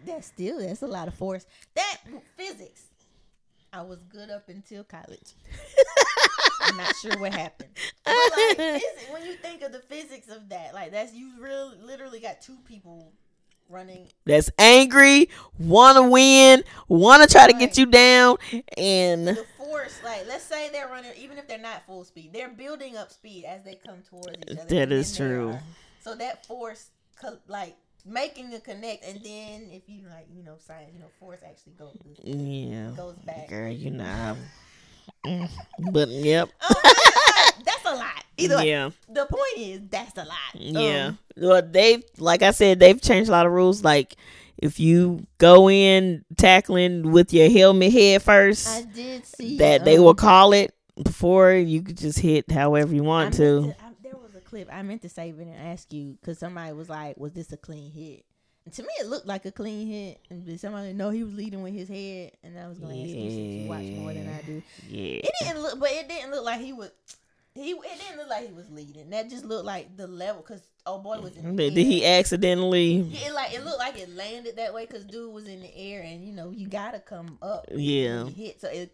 [SPEAKER 1] that's still that's a lot of force. That physics, I was good up until college. I'm not sure what happened. But like, physics, when you think of the physics of that, like that's you really literally got two people running.
[SPEAKER 2] That's angry, wanna win, wanna try to get
[SPEAKER 1] Right.
[SPEAKER 2] you down, and
[SPEAKER 1] The force, like let's say they're running, even if they're not full speed, they're building up speed as they come towards each other.
[SPEAKER 2] that
[SPEAKER 1] and
[SPEAKER 2] is
[SPEAKER 1] then they
[SPEAKER 2] true.
[SPEAKER 1] are- So that force, co- like making a connect, and then if you like, you know, science, you know, force actually goes
[SPEAKER 2] Yeah.
[SPEAKER 1] goes back.
[SPEAKER 2] Girl, you know. I'm- mm, but yep.
[SPEAKER 1] Um, that's like- that's a lot. Either way,
[SPEAKER 2] yeah.
[SPEAKER 1] the point is that's a lot. Um,
[SPEAKER 2] Yeah. Well, they've like I said, they've changed a lot of rules. Like if you go in tackling with your helmet head first,
[SPEAKER 1] I did see
[SPEAKER 2] that they
[SPEAKER 1] um,
[SPEAKER 2] will call it before you could just hit however you
[SPEAKER 1] I
[SPEAKER 2] want
[SPEAKER 1] meant
[SPEAKER 2] to.
[SPEAKER 1] I, there was a clip I meant to save it and ask you because somebody was like, "Was this a clean hit?" And to me, it looked like a clean hit, and then somebody no, he was leading with his head, and I was going to ask you since you watch more than I do.
[SPEAKER 2] Yeah.
[SPEAKER 1] It didn't look, but it didn't look like he was. He it didn't look like he was leading. That just looked like the level because old boy was in the
[SPEAKER 2] Did, did
[SPEAKER 1] air.
[SPEAKER 2] he accidentally?
[SPEAKER 1] Yeah, it like it looked like it landed that way because dude was in the air, and you know you gotta come up.
[SPEAKER 2] Yeah.
[SPEAKER 1] when you hit so it.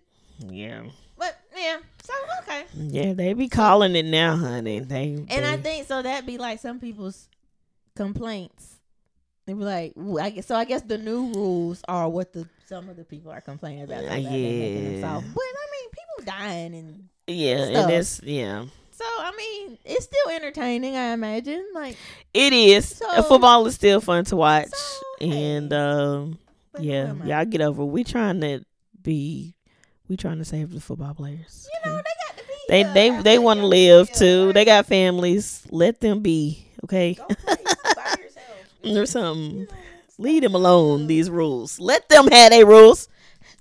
[SPEAKER 2] Yeah.
[SPEAKER 1] But yeah, so okay.
[SPEAKER 2] Yeah, they be calling it now, honey. They
[SPEAKER 1] And I
[SPEAKER 2] they-
[SPEAKER 1] think so that'd be like some people's complaints. They be like, "Ooh, I guess, so I guess the new rules are what the some of the people are complaining about. so
[SPEAKER 2] Uh,
[SPEAKER 1] that they making them
[SPEAKER 2] yeah.
[SPEAKER 1] soft. But I mean, people dying and
[SPEAKER 2] yeah,
[SPEAKER 1] stuff.
[SPEAKER 2] and it's yeah.
[SPEAKER 1] so I mean, it's still entertaining, I imagine. Like
[SPEAKER 2] It is. Uh,
[SPEAKER 1] So-
[SPEAKER 2] Football is still fun to watch.
[SPEAKER 1] So,
[SPEAKER 2] and
[SPEAKER 1] hey.
[SPEAKER 2] um
[SPEAKER 1] but who
[SPEAKER 2] yeah,
[SPEAKER 1] am I?
[SPEAKER 2] y'all get over. it. We trying to be we trying to save the football players.
[SPEAKER 1] You know, they got to be uh,
[SPEAKER 2] They
[SPEAKER 1] here.
[SPEAKER 2] they
[SPEAKER 1] I
[SPEAKER 2] they
[SPEAKER 1] mean,
[SPEAKER 2] want to
[SPEAKER 1] y'all
[SPEAKER 2] live
[SPEAKER 1] gotta be here,
[SPEAKER 2] too. They
[SPEAKER 1] like,
[SPEAKER 2] got families. Let them be, okay?
[SPEAKER 1] go play by yourself. You
[SPEAKER 2] There's something.
[SPEAKER 1] know,
[SPEAKER 2] Leave them alone. These rules. Let them have their rules.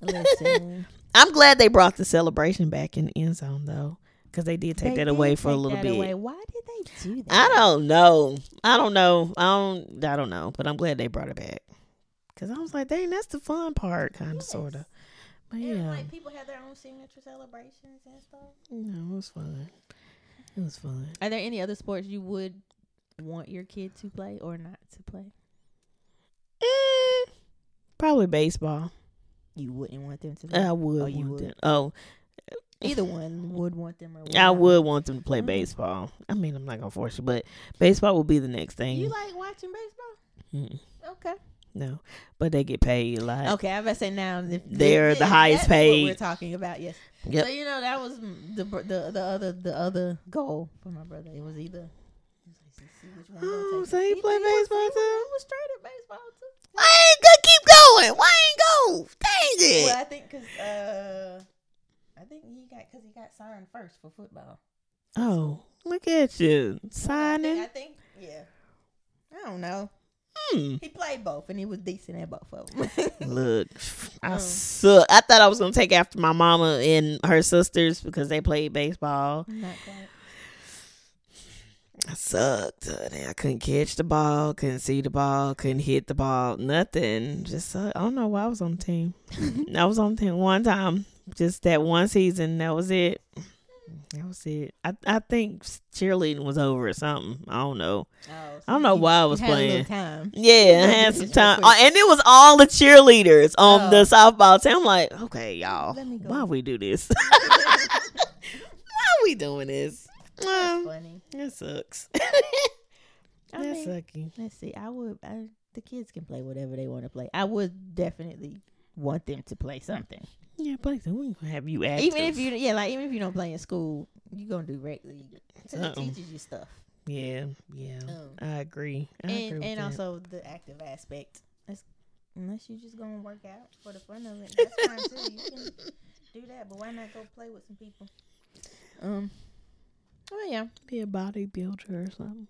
[SPEAKER 1] Listen,
[SPEAKER 2] I'm glad they brought the celebration back in the end zone though, because they did take
[SPEAKER 1] they
[SPEAKER 2] that
[SPEAKER 1] did
[SPEAKER 2] away for a
[SPEAKER 1] take
[SPEAKER 2] little
[SPEAKER 1] that
[SPEAKER 2] bit.
[SPEAKER 1] away. Why did they do that?
[SPEAKER 2] I don't know. I don't know. I don't. I don't know. But I'm glad they brought it back. Cause I was like, dang, that's the fun part, kind of,
[SPEAKER 1] Yes.
[SPEAKER 2] sort of. But
[SPEAKER 1] And,
[SPEAKER 2] yeah,
[SPEAKER 1] like people have their own signature celebrations and stuff.
[SPEAKER 2] no, it was fun. It was fun.
[SPEAKER 1] Are there any other sports you would want your kid to play or not to play?
[SPEAKER 2] Eh, probably baseball.
[SPEAKER 1] You wouldn't want them to play.
[SPEAKER 2] I would.
[SPEAKER 1] Oh, you
[SPEAKER 2] want
[SPEAKER 1] would?
[SPEAKER 2] Them. Oh,
[SPEAKER 1] Either one would want them or would
[SPEAKER 2] I
[SPEAKER 1] not.
[SPEAKER 2] would want them to play
[SPEAKER 1] Mm.
[SPEAKER 2] baseball. I mean, I'm not gonna force you, but baseball will be the next thing.
[SPEAKER 1] You like watching baseball?
[SPEAKER 2] Mm,
[SPEAKER 1] Okay.
[SPEAKER 2] no, but they get paid a lot.
[SPEAKER 1] Okay, I better say now if
[SPEAKER 2] They're
[SPEAKER 1] if-
[SPEAKER 2] the
[SPEAKER 1] if
[SPEAKER 2] highest
[SPEAKER 1] that's what
[SPEAKER 2] paid.
[SPEAKER 1] we're talking about, yes.
[SPEAKER 2] Yep.
[SPEAKER 1] So you know that was the the the other the other goal for my brother. It was either and see which one. gonna
[SPEAKER 2] Oh,
[SPEAKER 1] take
[SPEAKER 2] so
[SPEAKER 1] it.
[SPEAKER 2] he
[SPEAKER 1] He-
[SPEAKER 2] play
[SPEAKER 1] he was-
[SPEAKER 2] baseball
[SPEAKER 1] He
[SPEAKER 2] too?
[SPEAKER 1] was straight at baseball too.
[SPEAKER 2] Why ain't gonna keep going? Why ain't go? Dang it!
[SPEAKER 1] Well, I think because uh, I think he got because he got signed first for football.
[SPEAKER 2] Oh, look at you
[SPEAKER 1] I think, I
[SPEAKER 2] signing.
[SPEAKER 1] think yeah. I don't know.
[SPEAKER 2] Hmm.
[SPEAKER 1] He played both and he was decent at both of them.
[SPEAKER 2] Look, I
[SPEAKER 1] Mm.
[SPEAKER 2] suck. I thought I was gonna take after my mama and her sisters because they played baseball.
[SPEAKER 1] Not quite.
[SPEAKER 2] I sucked. Uh, I couldn't catch the ball, couldn't see the ball, couldn't hit the ball, nothing. Just sucked. I don't know why I was on the team. I was on the team one time, just that one season. That was it. That was it. I I think cheerleading was over or something. I don't know.
[SPEAKER 1] Oh,
[SPEAKER 2] I don't know why I was
[SPEAKER 1] had a little
[SPEAKER 2] playing.
[SPEAKER 1] time.
[SPEAKER 2] Yeah, I
[SPEAKER 1] Yeah,
[SPEAKER 2] had
[SPEAKER 1] it's
[SPEAKER 2] some
[SPEAKER 1] real
[SPEAKER 2] time,
[SPEAKER 1] quick.
[SPEAKER 2] Uh, and it was all the cheerleaders on
[SPEAKER 1] Oh.
[SPEAKER 2] the softball team. I'm like, okay, y'all,
[SPEAKER 1] Let me go.
[SPEAKER 2] why we do this? why we doing this? Um,
[SPEAKER 1] Funny.
[SPEAKER 2] that sucks.
[SPEAKER 1] I
[SPEAKER 2] That's
[SPEAKER 1] mean,
[SPEAKER 2] sucky.
[SPEAKER 1] Let's see. I would. I, the kids can play whatever they want to play. I would definitely want them to play something.
[SPEAKER 2] Yeah, but we can have you active.
[SPEAKER 1] Even if you, yeah, like even if you don't play in school, you gonna do rec league. So it
[SPEAKER 2] Uh-uh.
[SPEAKER 1] teaches you stuff.
[SPEAKER 2] yeah, yeah,
[SPEAKER 1] Um,
[SPEAKER 2] I agree. I agree
[SPEAKER 1] and
[SPEAKER 2] with
[SPEAKER 1] and
[SPEAKER 2] that.
[SPEAKER 1] also the active aspect. That's, unless you just gonna work out for the fun of it, that's fine too. You can do that, but why not go play with some people? Um. Oh yeah,
[SPEAKER 2] be a bodybuilder or something.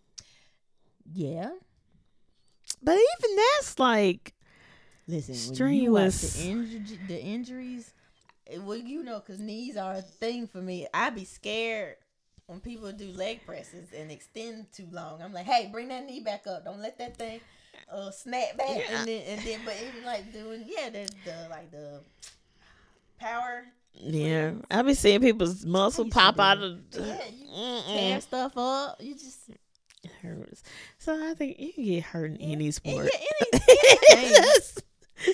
[SPEAKER 1] yeah.
[SPEAKER 2] But even that's like,
[SPEAKER 1] Listen, when you watch
[SPEAKER 2] Strenuous.
[SPEAKER 1] the, inju- the injuries. eh, Well, you know, because knees are a thing for me. I be scared when people do leg presses and extend too long. I'm like, hey, bring that knee back up. Don't let that thing uh, snap back.
[SPEAKER 2] Yeah.
[SPEAKER 1] And then, and then, but even like doing, yeah, the, the like the power.
[SPEAKER 2] yeah, I be seeing people's muscle
[SPEAKER 1] used to
[SPEAKER 2] pop
[SPEAKER 1] do
[SPEAKER 2] out
[SPEAKER 1] it.
[SPEAKER 2] of.
[SPEAKER 1] Yeah, you tear
[SPEAKER 2] Mm-mm.
[SPEAKER 1] stuff up. You just
[SPEAKER 2] hurts. So I think you can get hurt in
[SPEAKER 1] Yeah.
[SPEAKER 2] any
[SPEAKER 1] yeah,
[SPEAKER 2] sport.
[SPEAKER 1] it ain't- it ain't.
[SPEAKER 2] it's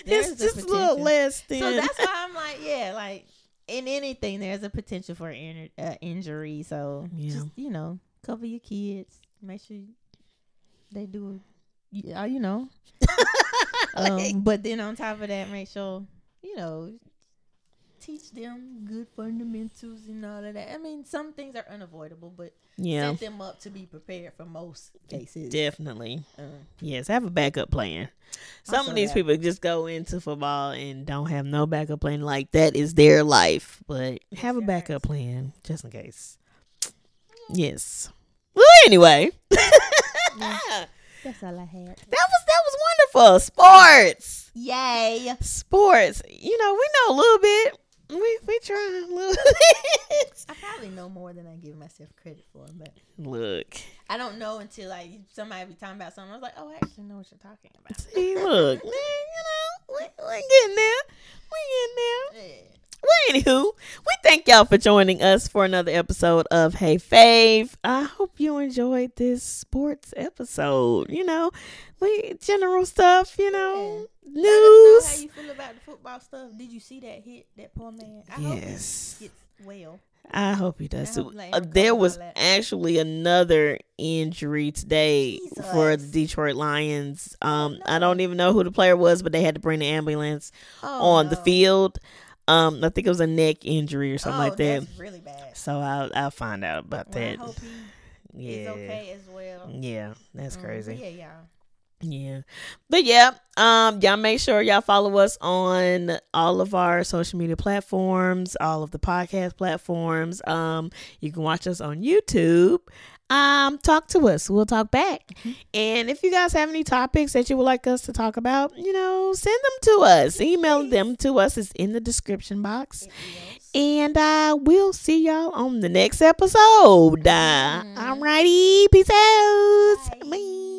[SPEAKER 1] There's
[SPEAKER 2] it's
[SPEAKER 1] the
[SPEAKER 2] just a little
[SPEAKER 1] potential.
[SPEAKER 2] less than.
[SPEAKER 1] So that's why I'm like, yeah, like in anything, there's a potential for in, uh, injury. So
[SPEAKER 2] Yeah.
[SPEAKER 1] just you know, cover your kids. Make sure they do, yeah, you know.
[SPEAKER 2] Like-
[SPEAKER 1] Um, but then on top of that, make sure you know teach them good fundamentals and all of that. I mean, some things are unavoidable, but
[SPEAKER 2] yeah,
[SPEAKER 1] set them up to be prepared for most cases.
[SPEAKER 2] definitely.
[SPEAKER 1] Um,
[SPEAKER 2] Yes, have a backup plan. Some
[SPEAKER 1] saw
[SPEAKER 2] of these
[SPEAKER 1] that.
[SPEAKER 2] people just go into football and don't have no backup plan. Like that is their life, but have a
[SPEAKER 1] Yes.
[SPEAKER 2] backup plan just in case. Yes. Well, anyway, that
[SPEAKER 1] that's all I had.
[SPEAKER 2] was that was wonderful. Sports.
[SPEAKER 1] Yay!
[SPEAKER 2] sports. You know, we know a little bit. We we try a little bit.
[SPEAKER 1] I probably know more than I give myself credit for, but
[SPEAKER 2] look,
[SPEAKER 1] I don't know until like somebody be talking about something. I was like, oh, I actually know what you're talking about.
[SPEAKER 2] see, look, man. You know, we we getting there. We
[SPEAKER 1] Yeah.
[SPEAKER 2] getting there. Well, anywho, we thank y'all for joining us for another episode of Hey Fave. I hope you enjoyed this sports episode. You know, we general stuff. You know,
[SPEAKER 1] Let us
[SPEAKER 2] news.
[SPEAKER 1] know how you feel about the football stuff. Did you see that hit? That poor man. I hope he
[SPEAKER 2] yes.
[SPEAKER 1] gets well.
[SPEAKER 2] I hope he does
[SPEAKER 1] I
[SPEAKER 2] too.
[SPEAKER 1] hope, like,
[SPEAKER 2] Uh,
[SPEAKER 1] every
[SPEAKER 2] there
[SPEAKER 1] couple
[SPEAKER 2] was
[SPEAKER 1] all that.
[SPEAKER 2] actually another injury today for the
[SPEAKER 1] Jesus. Oh,
[SPEAKER 2] Detroit Lions. Um, I
[SPEAKER 1] no.
[SPEAKER 2] don't even know who the player was, but they had to bring the ambulance
[SPEAKER 1] Oh,
[SPEAKER 2] on the
[SPEAKER 1] no.
[SPEAKER 2] field. Um, I think it was a neck injury or something
[SPEAKER 1] Oh,
[SPEAKER 2] like that.
[SPEAKER 1] That's really bad.
[SPEAKER 2] So I'll I'll find out about
[SPEAKER 1] Well, I
[SPEAKER 2] that.
[SPEAKER 1] hope he
[SPEAKER 2] yeah,
[SPEAKER 1] is okay as well.
[SPEAKER 2] yeah, that's
[SPEAKER 1] Um, but
[SPEAKER 2] crazy.
[SPEAKER 1] yeah, y'all.
[SPEAKER 2] Mm-hmm. Yeah. But yeah, um, y'all make sure y'all follow us on all of our social media platforms, all of the podcast platforms. Um, you can watch us on YouTube. Um, talk to us. We'll talk back. And if you guys have any topics that you would like us to talk about, you know, send them to us. Email them to us. It's in the description box. And uh, we'll see y'all on the next episode. Uh,
[SPEAKER 1] Mhm.
[SPEAKER 2] alrighty. Peace out.
[SPEAKER 1] Bye.
[SPEAKER 2] Bye.